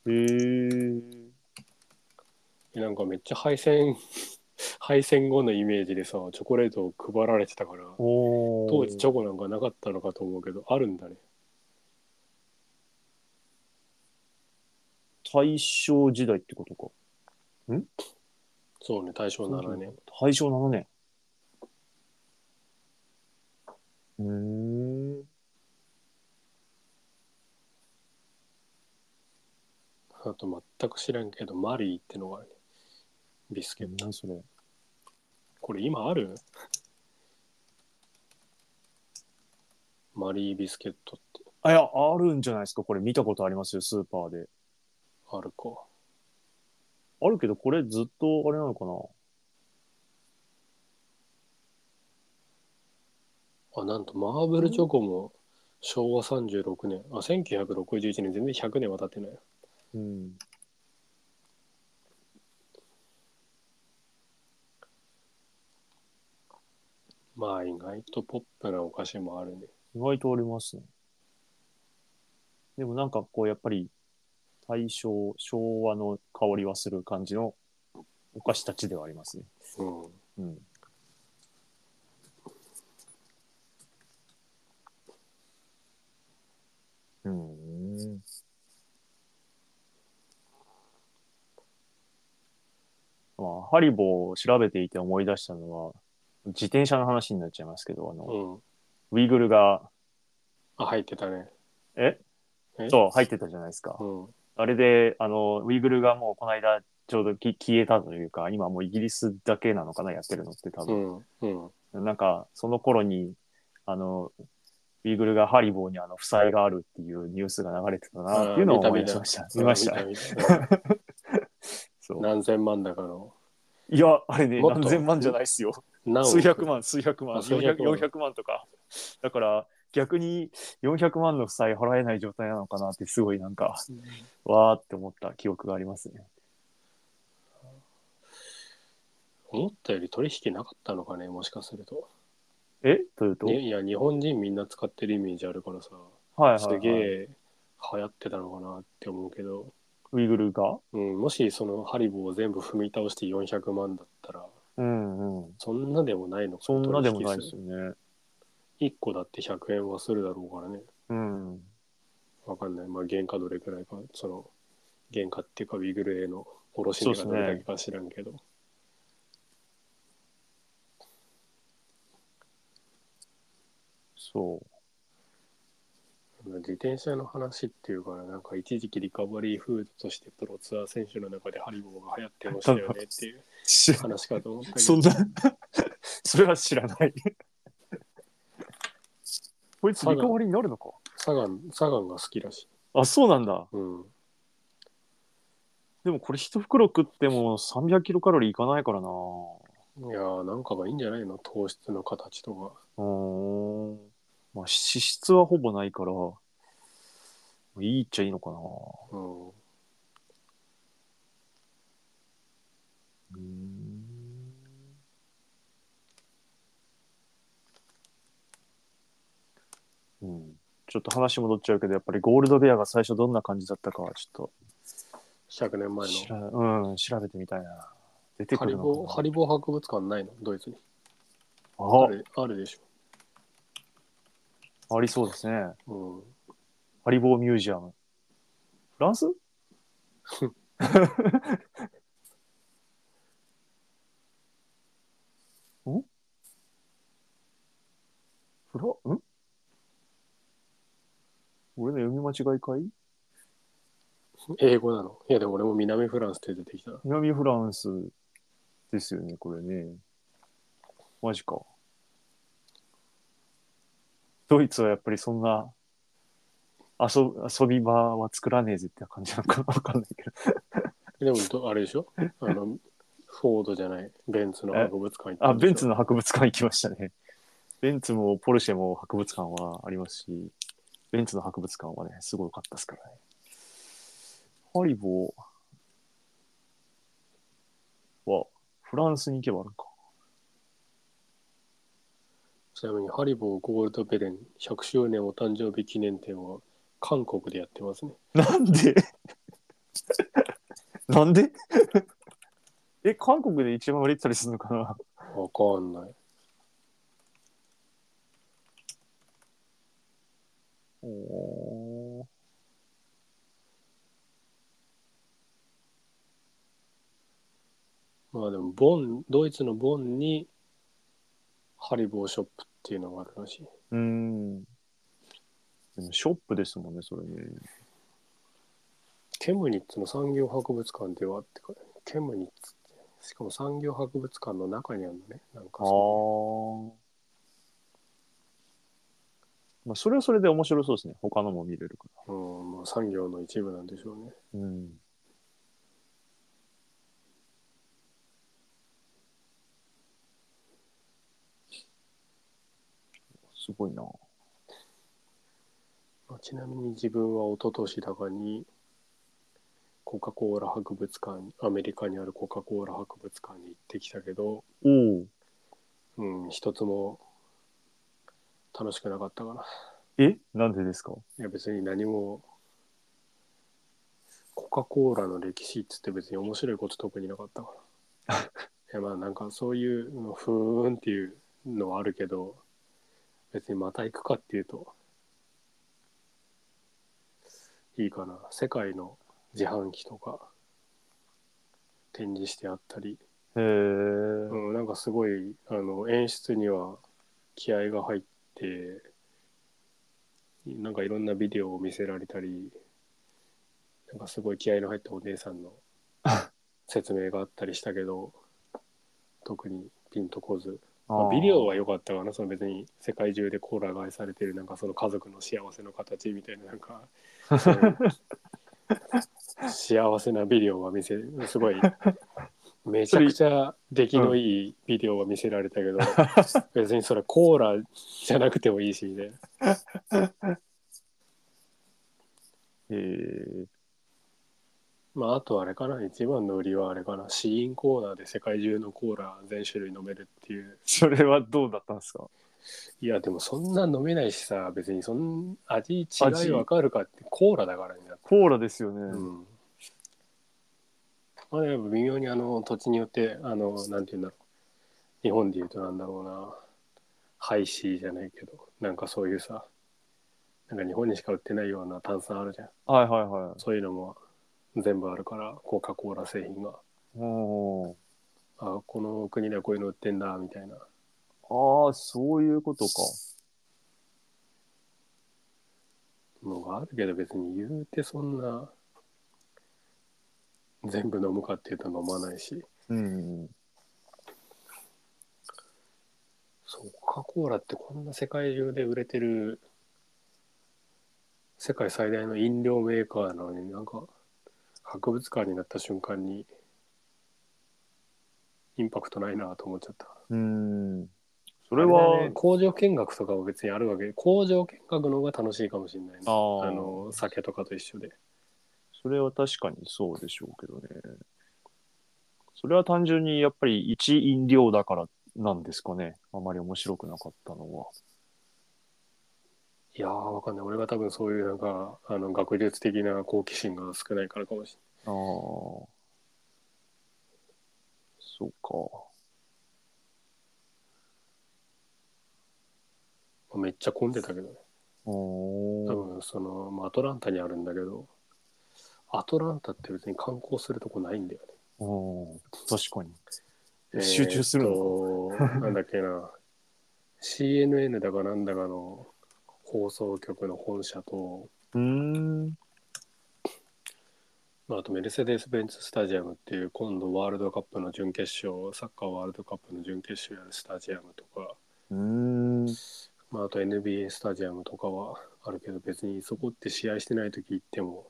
Speaker 2: へー
Speaker 1: えなんかめっちゃ敗戦 敗戦後のイメージでさチョコレートを配られてたから
Speaker 2: お
Speaker 1: 当時チ
Speaker 2: ょ
Speaker 1: ョコなんかなかったのかと思うけどあるんだね
Speaker 2: 大正時代ってことか。
Speaker 1: そうね大正7年
Speaker 2: 大正7年。うーん。
Speaker 1: あと全く知らんけど、マリーってのがあるね。ビスケット。
Speaker 2: 何それ。
Speaker 1: これ今あるマリービスケットって。
Speaker 2: あ、いや、あるんじゃないですか。これ見たことありますよ、スーパーで。
Speaker 1: あるか。
Speaker 2: あるけど、これずっとあれなのかな。
Speaker 1: あ、なんと、マーブルチョコも昭和36年、あ、1961年、全然100年は経ってない。
Speaker 2: うん。
Speaker 1: まあ、意外とポップなお菓子もあるね。
Speaker 2: 意外とありますね。でもなんかこう、やっぱり、大正、昭和の香りはする感じのお菓子たちではありますね。
Speaker 1: うん。
Speaker 2: うん。うん。まあ、ハリボーを調べていて思い出したのは、自転車の話になっちゃいますけど、あの、
Speaker 1: うん。
Speaker 2: ウイグルが、
Speaker 1: あ、入ってたね。
Speaker 2: え
Speaker 1: え
Speaker 2: そう、入ってたじゃないですか
Speaker 1: う。ん。
Speaker 2: あれで、あの、ウイグルがもうこの間、ちょうどき消えたというか、今もうイギリスだけなのかな、やってるのって多
Speaker 1: う
Speaker 2: 分。
Speaker 1: ん。うん。
Speaker 2: なんか、その頃に、あの、ウイグルがハリボーにあの、負債があるっていうニュースが流れてたなっていうのを
Speaker 1: あー
Speaker 2: 思い
Speaker 1: 見
Speaker 2: 出
Speaker 1: た
Speaker 2: し
Speaker 1: 見た
Speaker 2: ました。見ました。
Speaker 1: 見た見た
Speaker 2: そう
Speaker 1: 何千万だかの。
Speaker 2: いや、あれね、
Speaker 1: もっと
Speaker 2: 何千万じゃないですよ。
Speaker 1: 何
Speaker 2: 数百万、数百万、
Speaker 1: あ数
Speaker 2: 400
Speaker 1: 百万
Speaker 2: ,400 万とか。だから、逆に400万の負債払えない状態なのかなって、すごいなんか、わーって思った記憶がありますね。
Speaker 1: 思ったより取引なかったのかね、もしかすると。
Speaker 2: えというと、
Speaker 1: ねいや、日本人みんな使ってるイメージあるからさ、
Speaker 2: はいはい、
Speaker 1: す
Speaker 2: はい。
Speaker 1: げえ流行ってたのかなって思うけど、
Speaker 2: ウイグルが
Speaker 1: うん、もしそのハリボーを全部踏み倒して400万だったら、
Speaker 2: うんうん。
Speaker 1: そんなでもないのか
Speaker 2: そんなでもないで
Speaker 1: 取引
Speaker 2: す
Speaker 1: 数
Speaker 2: よね。
Speaker 1: 1個だって100円はするだろうからね。
Speaker 2: うん。
Speaker 1: わかんない。まあ、原価どれくらいか、その、原価っていうか、ウィグルへの卸値がどれだけか知らんけど。
Speaker 2: そう。
Speaker 1: 自転車の話っていうから、なんか一時期リカバリーフードとしてプロツアー選手の中でハリボーが流行ってましたよねっていう
Speaker 2: 知らない
Speaker 1: 話かと思ったけど。
Speaker 2: そんなそれは知ら ないこいつリカバリーになるのか
Speaker 1: サガン、サガンが好きらしい。
Speaker 2: あそうなんだ
Speaker 1: うん。
Speaker 2: でもこれ一袋食っても300キロカロリーいかないからない
Speaker 1: やー、なんかがいいんじゃないの糖質の形とか。
Speaker 2: うーんまあ脂質はほぼないからいいっちゃいいのかな
Speaker 1: うん。
Speaker 2: うーんうんちょっと話戻っちゃうけどやっぱりゴールドベアが最初どんな感じだったかはちょっと
Speaker 1: 100年前
Speaker 2: 調
Speaker 1: の。
Speaker 2: べうん、調べてみたいな。出て
Speaker 1: ハ
Speaker 2: く
Speaker 1: リ
Speaker 2: るの
Speaker 1: ボ
Speaker 2: か
Speaker 1: ー、ハリボー博物館ないのドイツに。あ
Speaker 2: な
Speaker 1: る、あるでし
Speaker 2: あ、ありそうですね。
Speaker 1: ょ。うん。
Speaker 2: ハリボーミュージアム。フランス んフラ、ん俺の読み間違いかい
Speaker 1: 英語なの。いや、でも俺も南フランスって出てきたな。
Speaker 2: 南フランスですよね、これね。マジか。ドイツはやっぱりそんな遊遊び場は作らねえぜって感じなのかなわかんないけど。
Speaker 1: でもど、あれで しょあの、フォードじゃない、ベンツの博物館行った
Speaker 2: あ、
Speaker 1: んで
Speaker 2: ベ
Speaker 1: しょ
Speaker 2: ンツの博物館行きましたね。 ベンツもポルシェも博物館はありますし、ベンツの博物館はね、すごかったですからね。ハリボーはフランスに行けばあるのか。
Speaker 1: ちなみに、ハリボーゴールドベレン100周年お誕生日記念展は韓国でやってますね。
Speaker 2: なんで なんで え、韓国で一番売れてたりするのかな
Speaker 1: わかんない。
Speaker 2: お
Speaker 1: まあでも、ボン、ドイツのボンにハリボーショップっていうのがあるらしい。
Speaker 2: うん。でもショップですもんね、それね。
Speaker 1: ケムニッツの産業博物館ではってか、ケムニッツって、しかも産業博物館の中にあるのね。なんか
Speaker 2: ああ
Speaker 1: そ
Speaker 2: まあ、それはそれで面白そうですね。他のも見れるか
Speaker 1: うんまあ、産業の一部なんでしょうね。
Speaker 2: ら。うん。すごいな。
Speaker 1: まあ、ちなみに自分は一昨年だかにコカ・コーラ博物館アメリカにあるコカ・コーラ博物館に行ってきたけど、
Speaker 2: おお。
Speaker 1: うん、一つも楽しくなかったかな。
Speaker 2: えなんでですか
Speaker 1: いや別に何もコカ・コーラの歴史っつって別に面白いこと特になかったからいやまあなんかそういうのふーんっていうのはあるけど別にまた行くかっていうといいかな世界の自販機とか展示してあったり、
Speaker 2: へえ。
Speaker 1: うん、なんかすごいあの演出には気合が入ってなんかいろんなビデオを見せられたりなんかすごい気合の入ったお姉さん の説明があったりしたけど特にピンとこず、まあ
Speaker 2: あー
Speaker 1: ビデオは良かったかなその別に世界中でコーラが愛されてるなんかその家族の幸せの形みたいななんかそういう 幸せなビデオは見せすごいめちゃくちゃ出来のいいビデオは見せられたけ ど、別にそれコーラじゃなくてもいいしみたいな
Speaker 2: へえ。
Speaker 1: まああとあれかな一番の売りはあれかな試飲コーナーで世界中のコーラ全種類飲めるっていう
Speaker 2: それはどうだったんですか
Speaker 1: いやでもそんな飲めないしさ別にそん味違
Speaker 2: 味
Speaker 1: いわかるかってコーラだからになって
Speaker 2: コーラですよね。
Speaker 1: うんまあでも微妙にあの土地によってあのなんて言うんだろう日本で言うとなんだろうなハイシーじゃないけどなんかそういうさなんか日本にしか売ってないような炭酸あるじゃん
Speaker 2: はいはいは
Speaker 1: そういうのも全部あるからコカ・コーラ製品が
Speaker 2: い。お
Speaker 1: あこの国ではこういうの売ってんだみたいな
Speaker 2: お。ああ、そういうことか。
Speaker 1: のがあるけど別に言うてそんな全部飲むかっていうと飲まないし
Speaker 2: うん。
Speaker 1: そうコカ・コーラってこんな世界中で売れてる世界最大の飲料メーカーなのになんか博物館になった瞬間にインパクトないなと思っちゃった。
Speaker 2: うん。そ
Speaker 1: こ
Speaker 2: れは、
Speaker 1: 工場見学とかは別にあるわけで工場見学の方が楽しいかもしれない、ね、
Speaker 2: あー
Speaker 1: あの酒とかと一緒で。
Speaker 2: それは確かにそうでしょうけどね。それは単純にやっぱり一飲料だからなんですかね。あまり面白くなかったのは。
Speaker 1: いやーわかんない俺が多分そういうなんかあの学術的な好奇心が少ないからかもし
Speaker 2: ああ。そうか。
Speaker 1: れないめっちゃ混んでたけどね
Speaker 2: お
Speaker 1: 多
Speaker 2: ー
Speaker 1: 分その、まあ、アトランタにあるんだけどアトランタって別に観光するとこないんだよ
Speaker 2: おー確かに。
Speaker 1: ね
Speaker 2: 集中する
Speaker 1: の、えーっとなんだっけな CNN だかなんだかの放送局の本社と、
Speaker 2: うーん。
Speaker 1: まあ、あとメルセデス・ベンツ・スタジアムっていう今度ワールドカップの準決勝サッカーワールドカップの準決勝やるスタジアムとか、
Speaker 2: うーん。
Speaker 1: まあ、あと NBA スタジアムとかはあるけど別にそこって試合してない時行っても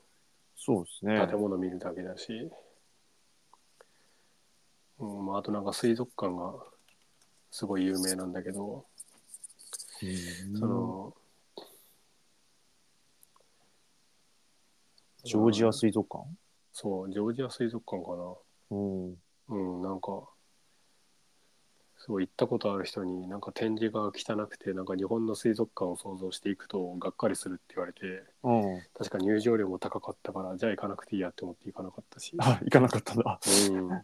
Speaker 2: そうですね。
Speaker 1: 建物見るだけだし、うんまあ、あとなんか水族館がすごい有名なんだけど、
Speaker 2: うん
Speaker 1: その
Speaker 2: ジョージア水族館
Speaker 1: そうジョージア水族館か
Speaker 2: うん。
Speaker 1: なうんなんかすごい行ったことある人になんか展示が汚くてなんか日本の水族館を想像していくとがっかりするって言われて
Speaker 2: うん。
Speaker 1: 確か入場料も高かったからじゃあ行かなくていいやって思って行かなかった し
Speaker 2: あ、行かなかったな。
Speaker 1: うん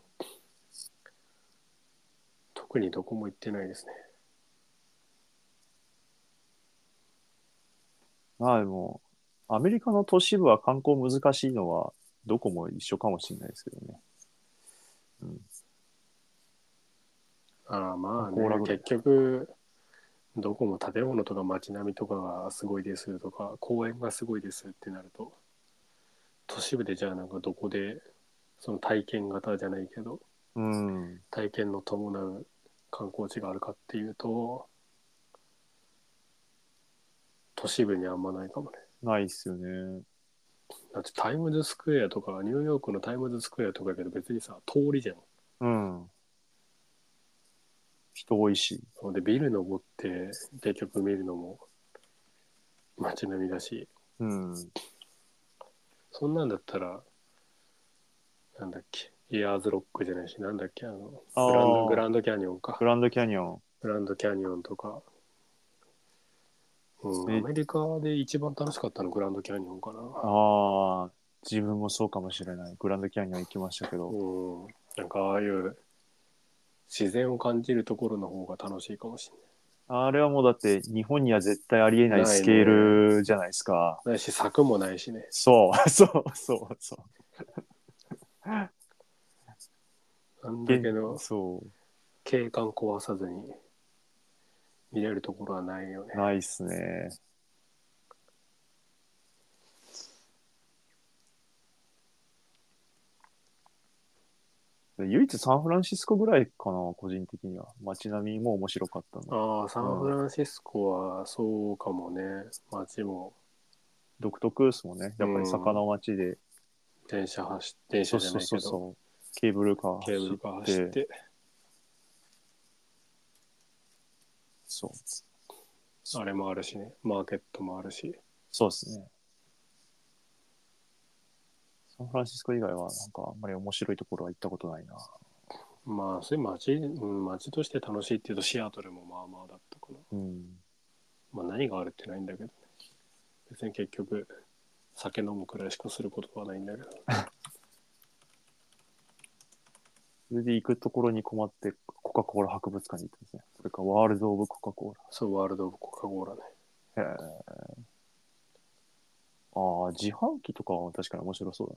Speaker 1: 特にどこも行ってないですね。
Speaker 2: まあでも、アメリカの都市部は観光難しいのは、どこも一緒かもしれないですけどね。
Speaker 1: ああまあ
Speaker 2: コーラ
Speaker 1: ね
Speaker 2: ぐらい
Speaker 1: 結局どこも建物とか街並みとかがすごいですとか公園がすごいですってなると都市部でじゃあなんかどこでその体験型じゃないけど
Speaker 2: うん。
Speaker 1: 体験の伴う観光地があるかっていうと都市部にあんまないかもね。
Speaker 2: ないっすよね。
Speaker 1: だってタイムズスクエアとか、ニューヨークのタイムズスクエアとかやけど別にさ、通りじゃん。
Speaker 2: うん。人多いし。
Speaker 1: そうで、ビル登って、結局見るのも街並みだし、
Speaker 2: うん。
Speaker 1: そんなんだったら、なんだっけ、イヤーズロックじゃないし、なんだっけ、あの、
Speaker 2: あー
Speaker 1: グランドグランドキャニオンか
Speaker 2: グ。ランドキャニオン。
Speaker 1: グランドキャニオンとか、うん、
Speaker 2: ね
Speaker 1: アメリカで一番楽しかったのグランドキャニオンかな。
Speaker 2: ああ、自分もそうかもしれない。グランドキャニオン行きましたけど。
Speaker 1: うん、なんかああいう自然を感じるところの方が楽しいかもしれ
Speaker 2: あれはもうだって日本には絶対ありえないスケールじゃないですか。
Speaker 1: ない。ないし、柵もないしね。
Speaker 2: そう、そう、そう、そう。
Speaker 1: あんだけの
Speaker 2: そ
Speaker 1: 景観壊さずに見れるところはないよね
Speaker 2: う、。ないっすね。唯一サンフランシスコぐらいかな、個人的には。街並みも面白かったの。
Speaker 1: ああ、サンフランシスコはそうかもね。街も
Speaker 2: 独特ですもんね。やっぱり坂の街で。
Speaker 1: 電車走って、電
Speaker 2: そ
Speaker 1: 車
Speaker 2: う
Speaker 1: じゃないけ
Speaker 2: そうそう
Speaker 1: ど、
Speaker 2: そう。ケーブルカー
Speaker 1: ケーブルカー走って。
Speaker 2: そう。
Speaker 1: あれもあるしね。マーケットもあるし。
Speaker 2: そうですね。サンフランシスコ以外は、なんかあんまり面白いところは行ったことないな。
Speaker 1: まあ、そういう街、うん、街として楽しいっていうと、シアトルもまあまあだったかな。
Speaker 2: うん。
Speaker 1: まあ、何があるってないんだけどね。別に結局、酒飲むくらいしかすることはないんだけど。
Speaker 2: それで行くところに困って、コカ・コーラ博物館に行ったんですね。それか、ワールド・オブ・コカ・コ
Speaker 1: そう、ワールド・オブ・コカ・コーラね。
Speaker 2: ーラ。へえ。ああ、自販機とかは確かに面白そうだ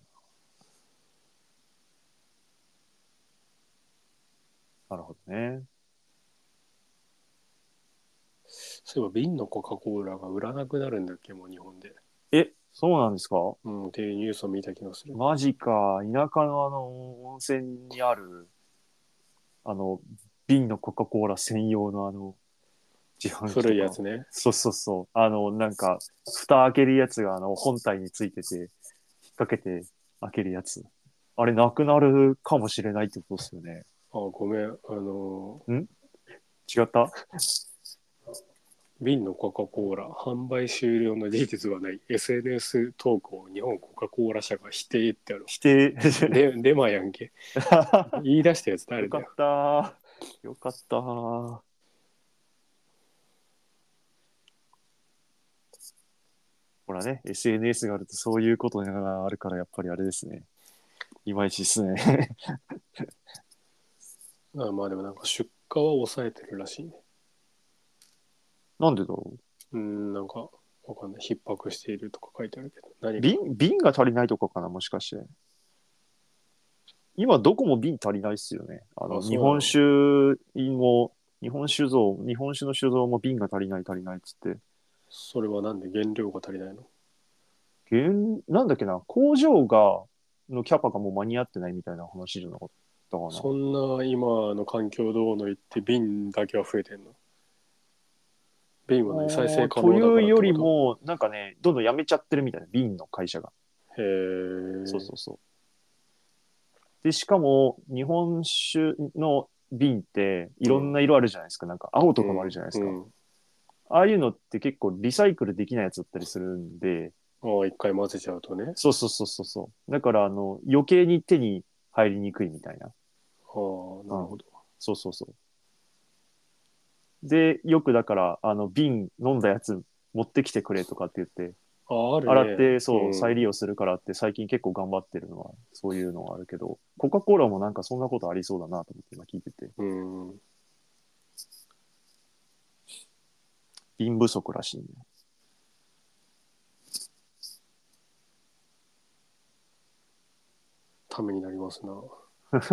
Speaker 2: な。なるほどね。
Speaker 1: そういえば、瓶のコカ・コーラが売らなくなるんだっけ、もう日本で。
Speaker 2: え、そうなんですか
Speaker 1: うん、っていうニュースを見た気がする。
Speaker 2: マジか、田舎のあの、温泉にある、あの、瓶のコカ・コーラ専用のあの、自販機とか
Speaker 1: 古いやつね。
Speaker 2: そうそうそう。あの、なんか、蓋開けるやつが、あの、本体についてて、引っ掛けて開けるやつ。あれ、なくなるかもしれないってことですよね。
Speaker 1: あ、ごめん。あのー
Speaker 2: 違った
Speaker 1: 瓶のコカ・コーラ販売終了の事実はない SNS 投稿日本コカ・コーラ社が否定ってあ る
Speaker 2: 否定。
Speaker 1: でデマやんけ言い出したやつ誰
Speaker 2: よか
Speaker 1: だ
Speaker 2: っ
Speaker 1: よ
Speaker 2: た。よかった。ほらね、SNS があるとそういうことがあるから、やっぱりあれですね。いまいちですね。
Speaker 1: あまあでもなんか出荷は抑えてるらしいね
Speaker 2: なんでだろ
Speaker 1: うんなんかわかんない逼迫しているとか書いてあるけど
Speaker 2: う
Speaker 1: 何が
Speaker 2: 瓶瓶が足りないとかかな、もしかして。今、どこも瓶足りないっすよね。あの
Speaker 1: あそう
Speaker 2: 日本酒も、日本酒造、日本酒の酒造も瓶が足りない足りないっつって。
Speaker 1: それはなんで原料が足りないの
Speaker 2: 原なんだっけな工場がのキャパがもう間に合ってないみたいな話じゃなかったかな
Speaker 1: そんな今の環境どうの言って瓶だけは増えてんの瓶は、ね、再生可能だから
Speaker 2: というより
Speaker 1: ってこ
Speaker 2: もなんかねどんどんやめちゃってるみたいな瓶の会社が、
Speaker 1: とへえ
Speaker 2: そうそうそうでしかも日本酒の瓶っていろんな色あるじゃないですか、なんか青とかもあるじゃないですか、
Speaker 1: うん
Speaker 2: ああいうのって結構リサイクルできないやつだったりするんで
Speaker 1: ああ一回混ぜちゃうとね
Speaker 2: そうそうそうそうそうだからあの余計に手に入りにくいみたいな
Speaker 1: ああ、なるほど。
Speaker 2: そうそうそう。で、よくだから、あの、瓶飲んだやつ持ってきてくれとかって言って、
Speaker 1: ああるね。
Speaker 2: 洗って、そう、
Speaker 1: ん
Speaker 2: 再利用するからって最近結構頑張ってるのは、そういうのはあるけど、コカ・コーラもなんかそんなことありそうだなと思って今聞いてて、
Speaker 1: うん。
Speaker 2: 瓶不足らしいね。
Speaker 1: ためになりますな。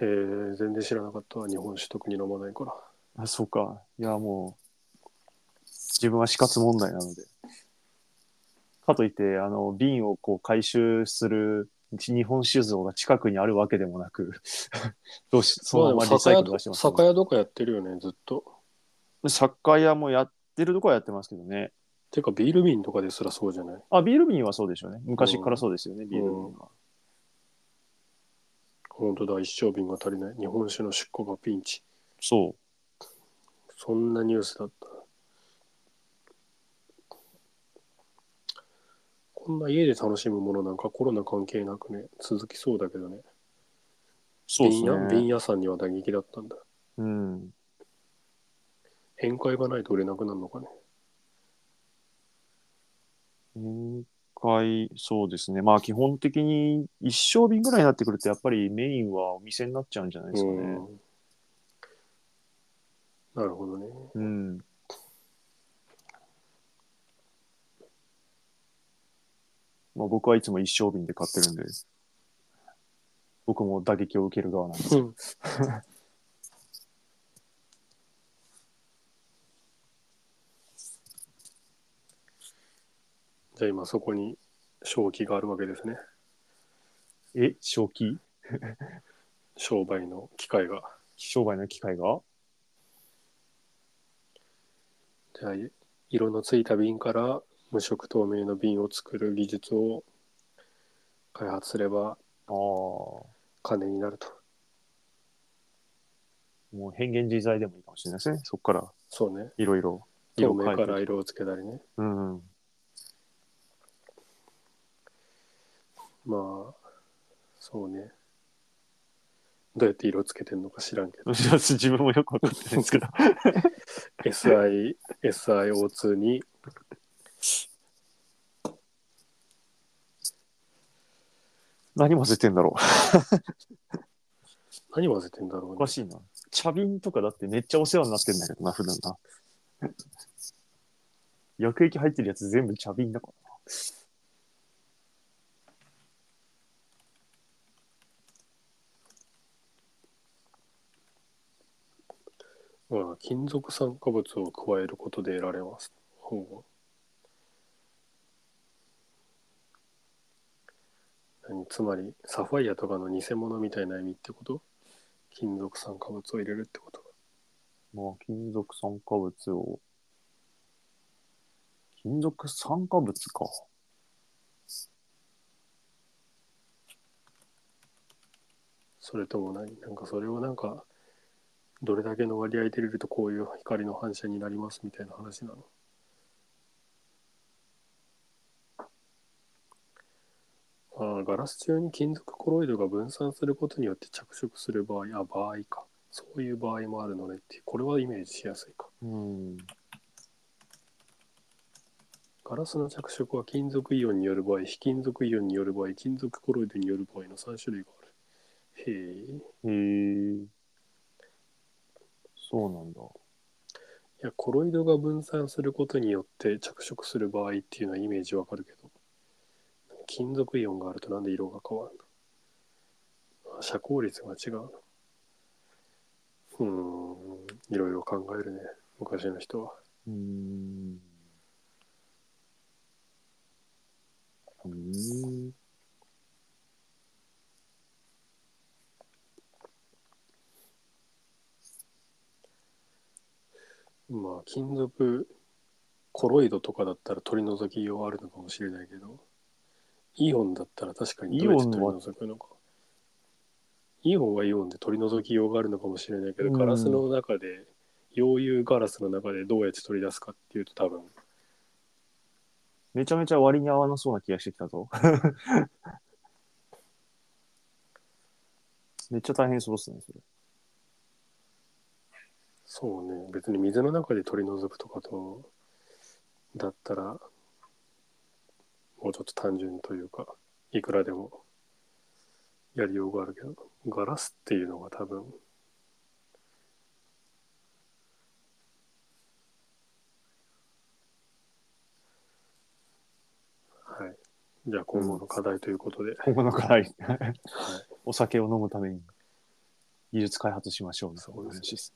Speaker 1: へえ、全然知らなかったわ。日本酒特に飲まないから。
Speaker 2: あ、そうか。いや、もう、自分は死活問題なので。かといって、あの、瓶をこう回収する日本酒造が近くにあるわけでもなく、 どうし、そのまま
Speaker 1: まあでも
Speaker 2: リサイクルはしてますね
Speaker 1: 酒屋と酒屋とかやってるよね、ずっと。
Speaker 2: 酒屋もやっってるとこはやってますけどね。
Speaker 1: てかビール瓶とかですらそうじゃない
Speaker 2: あ、ビール瓶はそうでしょうね。昔からそうですよね、ビール瓶は。
Speaker 1: 本当だ一升瓶が足りない日本酒の出荷がピンチ
Speaker 2: そ
Speaker 1: そんなニュースだったこんな家で楽しむものなんかコロナ関係なくね続きそうだけどね
Speaker 2: う。そうです
Speaker 1: 瓶屋瓶
Speaker 2: ね。
Speaker 1: 屋さんには打撃だったんだ
Speaker 2: うん。
Speaker 1: 宴会がないと売れなくなるのかね
Speaker 2: 宴会、そうですね。まあ基本的に一升瓶ぐらいになってくると、やっぱりメインはお店になっちゃうんじゃないですかね。
Speaker 1: うんなるほどね
Speaker 2: うん。まあ僕はいつも一升瓶で買ってるんで、僕も打撃を受ける側なんです。
Speaker 1: じゃあ今そこに正気があるわけですね
Speaker 2: え、正気
Speaker 1: 商売の機会が
Speaker 2: 商売の機会が
Speaker 1: じゃあい色のついた瓶から無色透明の瓶を作る技術を開発すれば
Speaker 2: ああ、も
Speaker 1: 金になると
Speaker 2: う変幻自在でもいいかもしれないですね。そこから
Speaker 1: そうね
Speaker 2: いろいろ
Speaker 1: 透
Speaker 2: 色を
Speaker 1: 明
Speaker 2: 変
Speaker 1: か
Speaker 2: え
Speaker 1: ら
Speaker 2: て。
Speaker 1: 色をつけたりね
Speaker 2: うんうん。
Speaker 1: まあそうねどうやって色つけてんのか知らんけど
Speaker 2: 自分もよくわかってないんですけど。
Speaker 1: SI SIO2 に
Speaker 2: 何混ぜてんだろう。
Speaker 1: 何混ぜてんだろ
Speaker 2: お
Speaker 1: う
Speaker 2: か
Speaker 1: ね
Speaker 2: しいな。茶瓶とかだってめっちゃお世話になってんだけどな、普段な。 薬液入ってるやつ全部茶瓶だからな。
Speaker 1: まあ金属酸化物を加えることで得られますほう何つまりサファイアとかの偽物みたいな意味ってこと金属酸化物を入れるってこと
Speaker 2: まあ、金属酸化物を。金属酸化物か。
Speaker 1: それとも何なんかそれをなんかどれだけの割合で入れるとこういう光の反射になりますみたいな話なのああガラス中に金属コロイドが分散することによって着色する場合あ場合かそういう場合もあるのねってこれはイメージしやすいか
Speaker 2: うん。
Speaker 1: ガラスの着色は金属イオンによる場合非金属イオンによる場合金属コロイドによる場合の3種類があるへえ
Speaker 2: へえ。そうなんだ。
Speaker 1: いや、コロイドが分散することによって着色する場合っていうのはイメージわかるけど、金属イオンがあるとなんで色が変わるのあ遮光率が違うの。うーん、いろいろ考えるね、昔の人は。
Speaker 2: うーん。うーん。
Speaker 1: まあ、金属コロイドとかだったら取り除き用あるのかもしれないけど、イオンだったら確かにどうやって取り除くのか。イオンはイオンで取り除き用があるのかもしれないけど、
Speaker 2: うん
Speaker 1: ガラスの中で、溶融ガラスの中でどうやって取り出すかっていうと多分、
Speaker 2: めちゃめちゃ割に合わなそうな気がしてきたぞ。 めっちゃ大変そうですね、それ。
Speaker 1: そうね、別に水の中で取り除くとかと、だったら、もうちょっと単純というか、いくらでもやりようがあるけど、ガラスっていうのが多分、はい。じゃあ今後の課題ということで、
Speaker 2: 今後の課題、
Speaker 1: はい、
Speaker 2: お酒を飲むために技術開発しましょうみたいな
Speaker 1: そうです
Speaker 2: 話です。